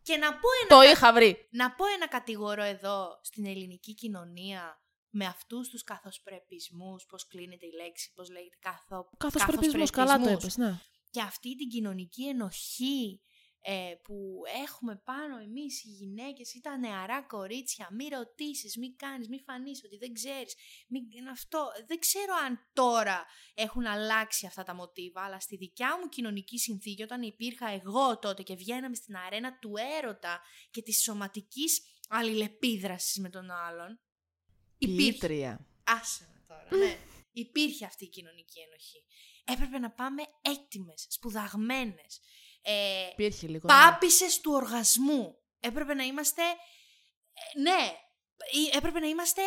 [SPEAKER 2] Και να πω ένα
[SPEAKER 1] Το είχα βρει.
[SPEAKER 2] Να πω ένα κατηγορό εδώ στην ελληνική κοινωνία με αυτούς τους καθοσπρεπισμούς, πώς κλείνεται η λέξη, πώς λέγεται καθο...
[SPEAKER 1] Καθώ καλά το
[SPEAKER 2] καθοσπρεπισμούς.
[SPEAKER 1] είπες. Ναι.
[SPEAKER 2] Και αυτή την κοινωνική ενοχή ε, που έχουμε πάνω εμείς οι γυναίκες ή τα νεαρά κορίτσια, μη ρωτήσεις, μη κάνεις, μη φανείς ότι δεν ξέρεις, μην είναι αυτό. Δεν ξέρω αν τώρα έχουν αλλάξει αυτά τα μοτίβα, αλλά στη δικιά μου κοινωνική συνθήκη, όταν υπήρχα εγώ τότε και βγαίναμε στην αρένα του έρωτα και της σωματικής αλληλεπίδρασης με τον άλλον, υπήρχε
[SPEAKER 1] Πλήτρια.
[SPEAKER 2] Άσε με τώρα. Ναι. Υπήρχε αυτή η κοινωνική ενοχή. Έπρεπε να πάμε έτοιμε, σπουδαγμένες. Ε,
[SPEAKER 1] Υπήρχε λίγο. ναι.
[SPEAKER 2] Πάπησες του οργασμού. Έπρεπε να είμαστε. ε, Ναι, ή- έπρεπε να είμαστε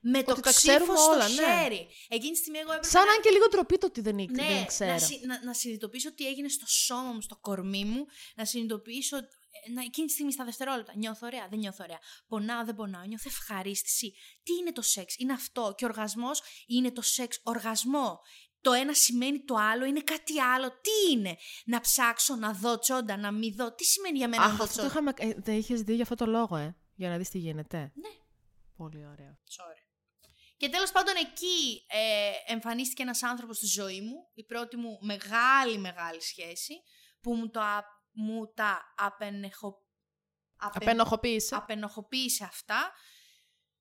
[SPEAKER 2] με το
[SPEAKER 1] Ότι τα
[SPEAKER 2] ξύφο
[SPEAKER 1] ξέρουμε
[SPEAKER 2] στο
[SPEAKER 1] όλα, ναι.
[SPEAKER 2] χέρι. Εκείνη τη στιγμή εγώ έπρεπε
[SPEAKER 1] Σαν
[SPEAKER 2] να...
[SPEAKER 1] αν και λίγο ντροπή το ότι δεν, ήξερα,
[SPEAKER 2] Ναι,
[SPEAKER 1] δεν ξέρω.
[SPEAKER 2] Να, συ- να, να συνειδητοποιήσω τι έγινε στο σώμα μου, στο κορμί μου, να συνειδητοποιήσω. ε, Να, εκείνη τη στιγμή στα δευτερόλεπτα. Νιώθω ωραία, δεν νιώθω ωραία. Πονάω, δεν πονάω. Νιώθω ευχαρίστηση. Τι είναι το σεξ, είναι αυτό. Και ο οργασμός είναι το σεξ. Οργασμό. Το ένα σημαίνει το άλλο, είναι κάτι άλλο. Τι είναι, να ψάξω, να δω τσόντα, να μη δω. Τι σημαίνει για μένα να
[SPEAKER 1] Αχ,
[SPEAKER 2] δω
[SPEAKER 1] αυτό το
[SPEAKER 2] τσόντα.
[SPEAKER 1] είχαμε... ε, δεν είχες δει για αυτό το λόγο, ε. Για να δεις τι γίνεται.
[SPEAKER 2] Ναι. Ε,
[SPEAKER 1] Πολύ ωραίο.
[SPEAKER 2] Sorry. Και τέλος πάντων εκεί ε, εμφανίστηκε ένας άνθρωπος στη ζωή μου, η πρώτη μου μεγάλη μεγάλη σχέση, που μου, το, α- μου τα απενεχο... απεν-
[SPEAKER 1] Απενοχοποίησε.
[SPEAKER 2] απενοχοποίησε αυτά.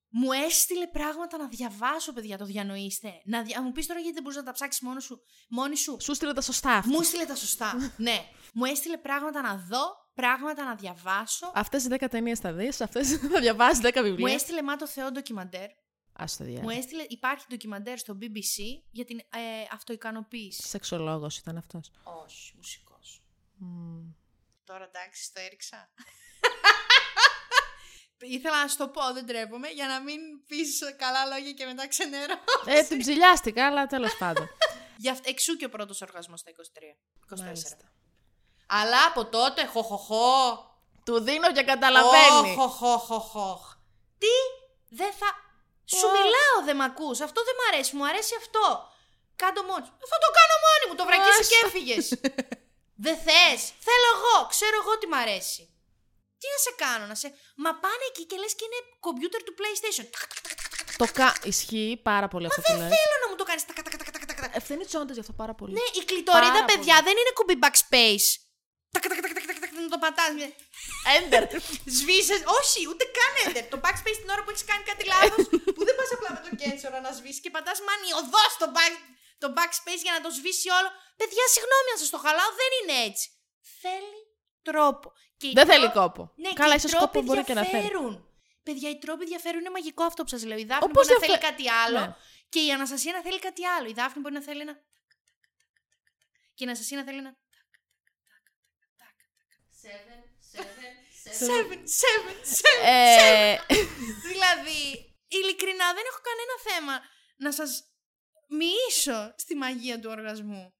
[SPEAKER 2] Μου έστειλε πράγματα να διαβάσω, παιδιά, το διανοείστε. Να δια- μου πεις τώρα γιατί δεν μπορείς να τα ψάξεις μόνος σου, μόνη σου.
[SPEAKER 1] Σου στείλε τα σωστά.
[SPEAKER 2] Μου έστειλε τα σωστά, ναι. Μου έστειλε πράγματα να δω, πράγματα να διαβάσω.
[SPEAKER 1] Αυτές οι 10 ταινίες θα δεις, αυτές θα διαβάσεις 10
[SPEAKER 2] Μου
[SPEAKER 1] βιβλία.
[SPEAKER 2] έστειλε μάτω Θεό ντοκιμαντέρ.
[SPEAKER 1] Ας το
[SPEAKER 2] Μου
[SPEAKER 1] διάλογο.
[SPEAKER 2] έστειλε, υπάρχει ντοκιμαντέρ στο BBC για την ε, αυτοικανοποίηση.
[SPEAKER 1] Σεξολόγος ήταν αυτός.
[SPEAKER 2] Όχι, μουσικός. Τώρα εντάξει, το έριξα. Ήθελα να σου το πω, δεν τρέπομαι, για να μην πεις καλά λόγια και μετά ξενέρω.
[SPEAKER 1] Ε, την ψηλιάστηκα, αλλά τέλος πάντων.
[SPEAKER 2] Γι' αυτό, εξού και ο πρώτος οργασμός στα 23. 24.
[SPEAKER 1] Μάλιστα.
[SPEAKER 2] Αλλά από τότε, χοχοχό,
[SPEAKER 1] Του δίνω και καταλαβαίνει.
[SPEAKER 2] Οχοχοχοχοχ. Τι δεν θα. Σου
[SPEAKER 1] Ω.
[SPEAKER 2] μιλάω, δεν μ' ακούς. Αυτό δεν μ' αρέσει, μου αρέσει αυτό. Κάντο μόνος. σου. Θα το κάνω μόνη μου, το βρακί σου
[SPEAKER 1] Άστα.
[SPEAKER 2] και έφυγες. δεν θες. Θέλω εγώ, ξέρω εγώ τι μ' αρέσει. Τι να σε κάνω, να σε. Μα πάνε εκεί και λες και είναι κομπιούτερ του PlayStation. Τακ, τακ, τακ, τακ, τακ.
[SPEAKER 1] το κα... Ισχύει πάρα πολύ αυτό που λες.
[SPEAKER 2] Θέλω να μου το κάνεις.
[SPEAKER 1] Ευθύνη τσόντα γι' αυτό πάρα πολύ.
[SPEAKER 2] Ναι, η κλητορίδα,
[SPEAKER 1] Πάρα
[SPEAKER 2] παιδιά, δεν είναι κουμπί backspace. Τακ, τακ, τακ, τακ, τακ, τακ, Να το πατάς.
[SPEAKER 1] Έντερ.
[SPEAKER 2] Σβήσε. Όχι, ούτε καν enter. Το backspace την ώρα που έχεις κάνει κάτι λάθος, που δεν πας απλά με το κέτσορα να σβήσεις και πατάς μανιωδώ το, back, το backspace για να το σβήσει όλο. Παιδιά, συγγνώμη να σας το χαλάω, δεν είναι έτσι. Θέλει τρόπο. Και οι
[SPEAKER 1] Δεν θέλει
[SPEAKER 2] τρόποι-
[SPEAKER 1] κόπο.
[SPEAKER 2] Ναι,
[SPEAKER 1] Καλά,
[SPEAKER 2] και οι
[SPEAKER 1] ίσως κόπο
[SPEAKER 2] τρόποι
[SPEAKER 1] μπορεί και να θέλει.
[SPEAKER 2] διαφέρουν. Παιδιά, οι τρόποι διαφέρουν. Είναι μαγικό αυτό που σας λέω. Η Δάφνη
[SPEAKER 1] Όπως
[SPEAKER 2] μπορεί να
[SPEAKER 1] διαφε-
[SPEAKER 2] θέλει κάτι άλλο
[SPEAKER 1] Ναι.
[SPEAKER 2] και η Αναστασία να θέλει κάτι άλλο. Η Δάφνη μπορεί να θέλει ένα. Και η Αναστασία να θέλει ένα. Seven, seven, seven, seven.
[SPEAKER 1] Ε,
[SPEAKER 2] Δηλαδή, ειλικρινά δεν έχω κανένα θέμα να σας μοιήσω στη μαγεία του οργασμού.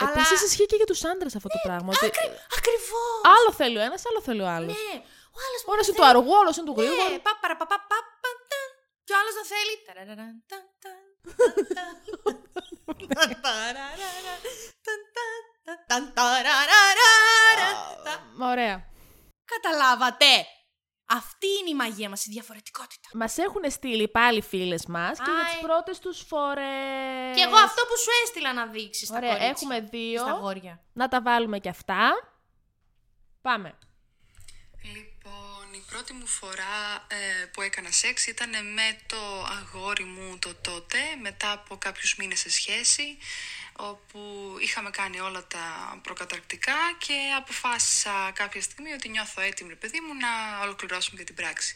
[SPEAKER 1] Επίση ισχύει και για τους άντρες αυτό το πράγμα. ότι
[SPEAKER 2] Ε, Ακριβώς!
[SPEAKER 1] Άλλο θέλει ο ένας, άλλο θέλει ο άλλος.
[SPEAKER 2] Ναι, ο άλλος
[SPEAKER 1] Ο ένας είναι του αργού, άλλος είναι του
[SPEAKER 2] Ναι,
[SPEAKER 1] γρήγορου.
[SPEAKER 2] πα, παρα, πα, πα, πα, πα, ταν. Και ο άλλος να θέλει... ταραραραν, ταν, ταν, ταν, ταν. Ταραραραν, ταν, ταν, ταν, ταν, ταραραραν, ταν.
[SPEAKER 1] Ωραία.
[SPEAKER 2] Καταλάβατε! Αυτή είναι η μαγεία μας, η διαφορετικότητα.
[SPEAKER 1] Μας έχουν στείλει πάλι φίλες μας και για
[SPEAKER 2] Άι.
[SPEAKER 1] τις πρώτες τους φορές.
[SPEAKER 2] Και εγώ αυτό που σου έστειλα να δείξεις στα
[SPEAKER 1] Ωραία,
[SPEAKER 2] κορίτσια.
[SPEAKER 1] έχουμε δύο.
[SPEAKER 2] Στα αγόρια.
[SPEAKER 1] Να τα βάλουμε και αυτά. Πάμε.
[SPEAKER 6] Λοιπόν, η πρώτη μου φορά ε, που έκανα σεξ ήταν με το αγόρι μου το τότε, μετά από κάποιους μήνες σε σχέση, όπου είχαμε κάνει όλα τα προκαταρκτικά και αποφάσισα κάποια στιγμή ότι νιώθω έτοιμη, ρε παιδί μου, να ολοκληρώσουμε και την πράξη.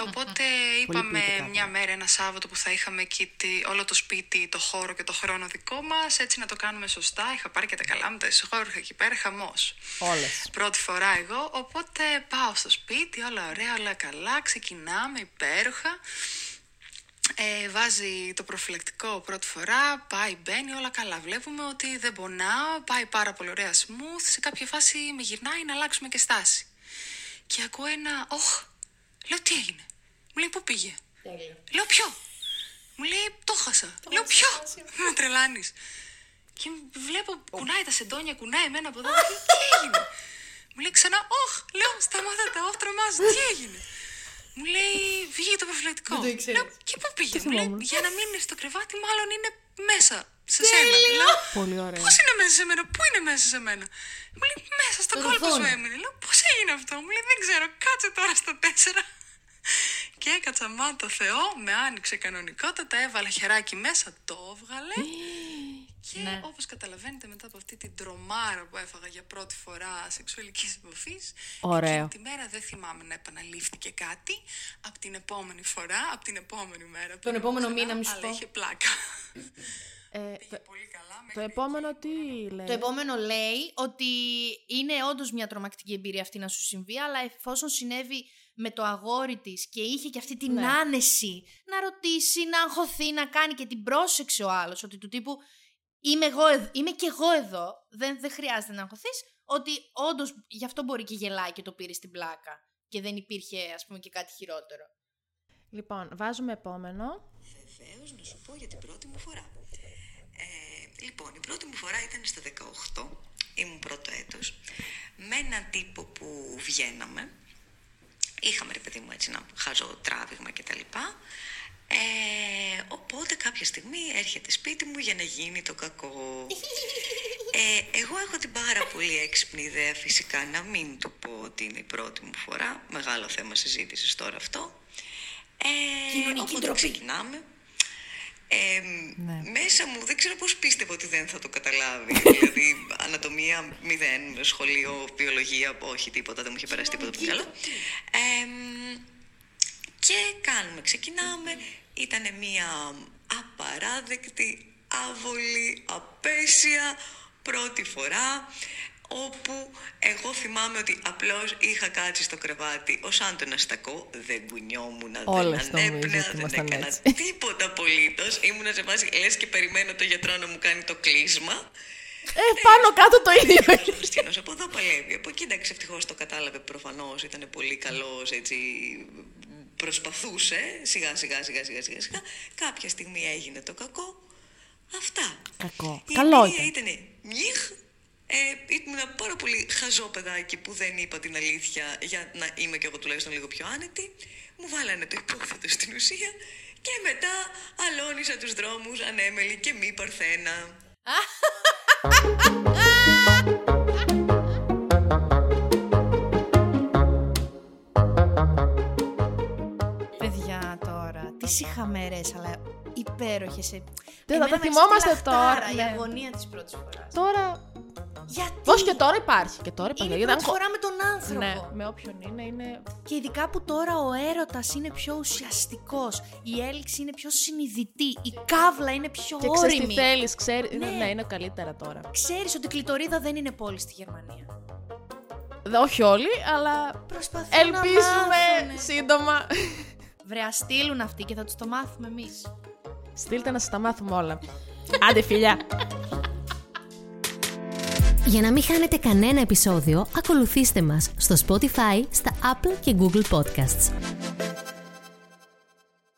[SPEAKER 6] Οπότε είπαμε μια μέρα, ένα Σάββατο που θα είχαμε εκεί τη- όλο το σπίτι, το χώρο και το χρόνο δικό μας, έτσι να το κάνουμε σωστά. Είχα πάρει και τα καλά μου, τα ισοχώριχα εκεί πέρα, χαμός. Πρώτη φορά εγώ, οπότε πάω στο σπίτι, όλα ωραία, όλα καλά, ξεκινάμε υπέροχα. Ε, βάζει το προφυλακτικό πρώτη φορά, πάει, μπαίνει, όλα καλά. Βλέπουμε ότι δεν πονάω, πάει πάρα πολύ ωραία smooth. Σε κάποια φάση με γυρνάει να αλλάξουμε και στάση. Και ακούω ένα, όχ, λέω τι έγινε. Μου λέει πού πήγε. Λέω ποιο. Μου λέει το χάσα. Λέω ποιο. Με τρελάνεις. Και βλέπω κουνάει τα σεντόνια, κουνάει εμένα από εδώ. Λέω, τι έγινε. Μου λέει ξανά, Ωχ, λέω, σταμάτα τα όχ, τρομάζω. Τι έγινε. Μου λέει, βγήκε το προφυλακτικό. Λέω, και πού πήγε. Μου λέει, για να μείνει στο κρεβάτι, μάλλον είναι μέσα. σε σένα. Λέω,
[SPEAKER 1] Πολύ ωραία.
[SPEAKER 6] Πώς είναι μέσα σε μένα, πού είναι μέσα σε μένα. Μου λέει μέσα στον κόλπο σου
[SPEAKER 2] Ρουθούνε.
[SPEAKER 6] έμεινε. Λέω πώς έγινε αυτό. Μου λέει δεν ξέρω, κάτσε τώρα στα τέσσερα. Και έκατσα μα το Θεό, με άνοιξε κανονικότατα, έβαλα χεράκι μέσα, το έβγαλε. Και
[SPEAKER 2] Ναι.
[SPEAKER 6] όπως καταλαβαίνετε μετά από αυτή την τρομάρα που έφαγα για πρώτη φορά σεξουαλικής επαφής
[SPEAKER 1] Ωραίο.
[SPEAKER 6] εκείνη τη μέρα δεν θυμάμαι να επαναλήφθηκε κάτι από την επόμενη φορά, από την επόμενη μέρα. που
[SPEAKER 2] Τον επόμενο
[SPEAKER 6] ξανά,
[SPEAKER 2] μήνα, μη σου
[SPEAKER 6] αλλά
[SPEAKER 2] πω.
[SPEAKER 6] είχε πλάκα.
[SPEAKER 1] Ε, το,
[SPEAKER 6] Πήγε πολύ καλά.
[SPEAKER 1] το
[SPEAKER 6] μέχρι
[SPEAKER 1] επόμενο τι λέει.
[SPEAKER 2] Το επόμενο λέει ότι είναι όντως μια τρομακτική εμπειρία αυτή να σου συμβεί, αλλά εφόσον συνέβη με το αγόρι της και είχε και αυτή την
[SPEAKER 1] Ναι.
[SPEAKER 2] άνεση να ρωτήσει, να αγχωθεί, να κάνει και την πρόσεξε ο άλλος. Ότι του τύπου είμαι, εγώ, εδ- είμαι και εγώ εδώ, δεν, δεν χρειάζεται να αγχωθείς. Ότι όντως γι' αυτό μπορεί και γελάει και το πήρε στην πλάκα. Και δεν υπήρχε, ας πούμε, και κάτι χειρότερο.
[SPEAKER 1] Λοιπόν, βάζουμε επόμενο.
[SPEAKER 4] Βεβαίως να σου πω για την πρώτη μου φορά. Ε, λοιπόν, η πρώτη μου φορά ήταν στα 18, ήμουν πρώτο έτος, με έναν τύπο που βγαίναμε. Είχαμε ρε παιδί μου έτσι να χάζω τράβηγμα κτλ. Ε, οπότε κάποια στιγμή έρχεται σπίτι μου για να γίνει το κακό. Ε, εγώ έχω την πάρα πολύ έξυπνη ιδέα φυσικά να μην του πω ότι είναι η πρώτη μου φορά. Μεγάλο θέμα συζήτησης τώρα αυτό. Ε,
[SPEAKER 2] Κοινωνική
[SPEAKER 4] οπότε
[SPEAKER 2] ντροπή.
[SPEAKER 4] ξεκινάμε. Ε, Μέσα μου δεν ξέρω πώς πίστευα ότι δεν θα το καταλάβει. δηλαδή, ανατομία, μηδέν, σχολείο, βιολογία, όχι τίποτα, δεν μου είχε περάσει τίποτα από το μυαλό. Εμ, και κάνουμε, ξεκινάμε. Ήταν μια απαράδεκτη, άβολη, απέσια πρώτη φορά όπου εγώ θυμάμαι ότι απλώς είχα κάτσει στο κρεβάτι ως άντωνα στακό, δεν κουνιόμουν,
[SPEAKER 1] Όλες νομίζω
[SPEAKER 4] δεν ανέπνα,
[SPEAKER 1] ότι
[SPEAKER 4] δεν
[SPEAKER 1] ήμασταν
[SPEAKER 4] έκανα
[SPEAKER 1] έτσι.
[SPEAKER 4] τίποτα απολύτως. Ήμουνα σε βάση, λες και περιμένω το γιατρό να μου κάνει το κλείσμα.
[SPEAKER 1] Ε, πάνω κάτω το ίδιο.
[SPEAKER 4] Ο Χριστιανό από εδώ παλεύει. Από εκεί εντάξει, ευτυχώς το κατάλαβε προφανώς. Ήταν πολύ καλός, έτσι. Προσπαθούσε σιγά σιγά σιγά σιγά σιγά σιγά. Κάποια στιγμή έγινε το κακό. Αυτά.
[SPEAKER 1] Κακό.
[SPEAKER 4] Η
[SPEAKER 1] Καλό
[SPEAKER 4] εμπειρία
[SPEAKER 1] ήταν.
[SPEAKER 4] ήτανε μιχ. Ε, ήμουν ένα πάρα πολύ χαζό παιδάκι που δεν είπα την αλήθεια για να είμαι κι εγώ τουλάχιστον λίγο πιο άνετη. Μου βάλανε το υπόθετο στην ουσία και μετά αλώνησα τους δρόμους ανέμελη και μη παρθένα.
[SPEAKER 2] Παιδιά τώρα, τι συχαμερές αλλά υπέροχες. ε.
[SPEAKER 1] Δεν θα
[SPEAKER 2] Εμένα
[SPEAKER 1] τα
[SPEAKER 2] με
[SPEAKER 1] θυμόμαστε
[SPEAKER 2] ξετυλαχτάρα
[SPEAKER 1] τώρα,
[SPEAKER 2] Η
[SPEAKER 1] ναι.
[SPEAKER 2] αγωνία της πρώτης φοράς.
[SPEAKER 1] Τώρα.
[SPEAKER 2] Γιατί
[SPEAKER 1] Πώ και τώρα υπάρχει. Και τώρα
[SPEAKER 2] είναι
[SPEAKER 1] υπάρχει.
[SPEAKER 2] η
[SPEAKER 1] Δεν
[SPEAKER 2] πρώτη φορά με τον άνθρωπο.
[SPEAKER 1] Ναι, με όποιον είναι, είναι.
[SPEAKER 2] Και ειδικά που τώρα ο έρωτας είναι πιο ουσιαστικός, η έλξη είναι πιο συνειδητή, η κάβλα είναι πιο
[SPEAKER 1] Και ξέρεις τι
[SPEAKER 2] όρημη.
[SPEAKER 1] θέλεις, ξέρεις. Ναι.
[SPEAKER 2] Ναι.
[SPEAKER 1] ναι, είναι καλύτερα τώρα.
[SPEAKER 2] Ξέρεις ότι η κλειτορίδα δεν είναι πόλη στη Γερμανία.
[SPEAKER 1] Δε- όχι όλοι, αλλά.
[SPEAKER 2] Προσπαθούν να
[SPEAKER 1] Ελπίζουμε
[SPEAKER 2] μάθουνε.
[SPEAKER 1] σύντομα.
[SPEAKER 2] Βρε, ας στείλουν αυτοί και θα τους το μάθουμε εμείς.
[SPEAKER 1] Στείλτε να σας τα μάθουμε όλα. Άντε, φιλιά.
[SPEAKER 3] Για να μην χάνετε κανένα επεισόδιο, ακολουθήστε μας στο Spotify, στα Apple και Google Podcasts.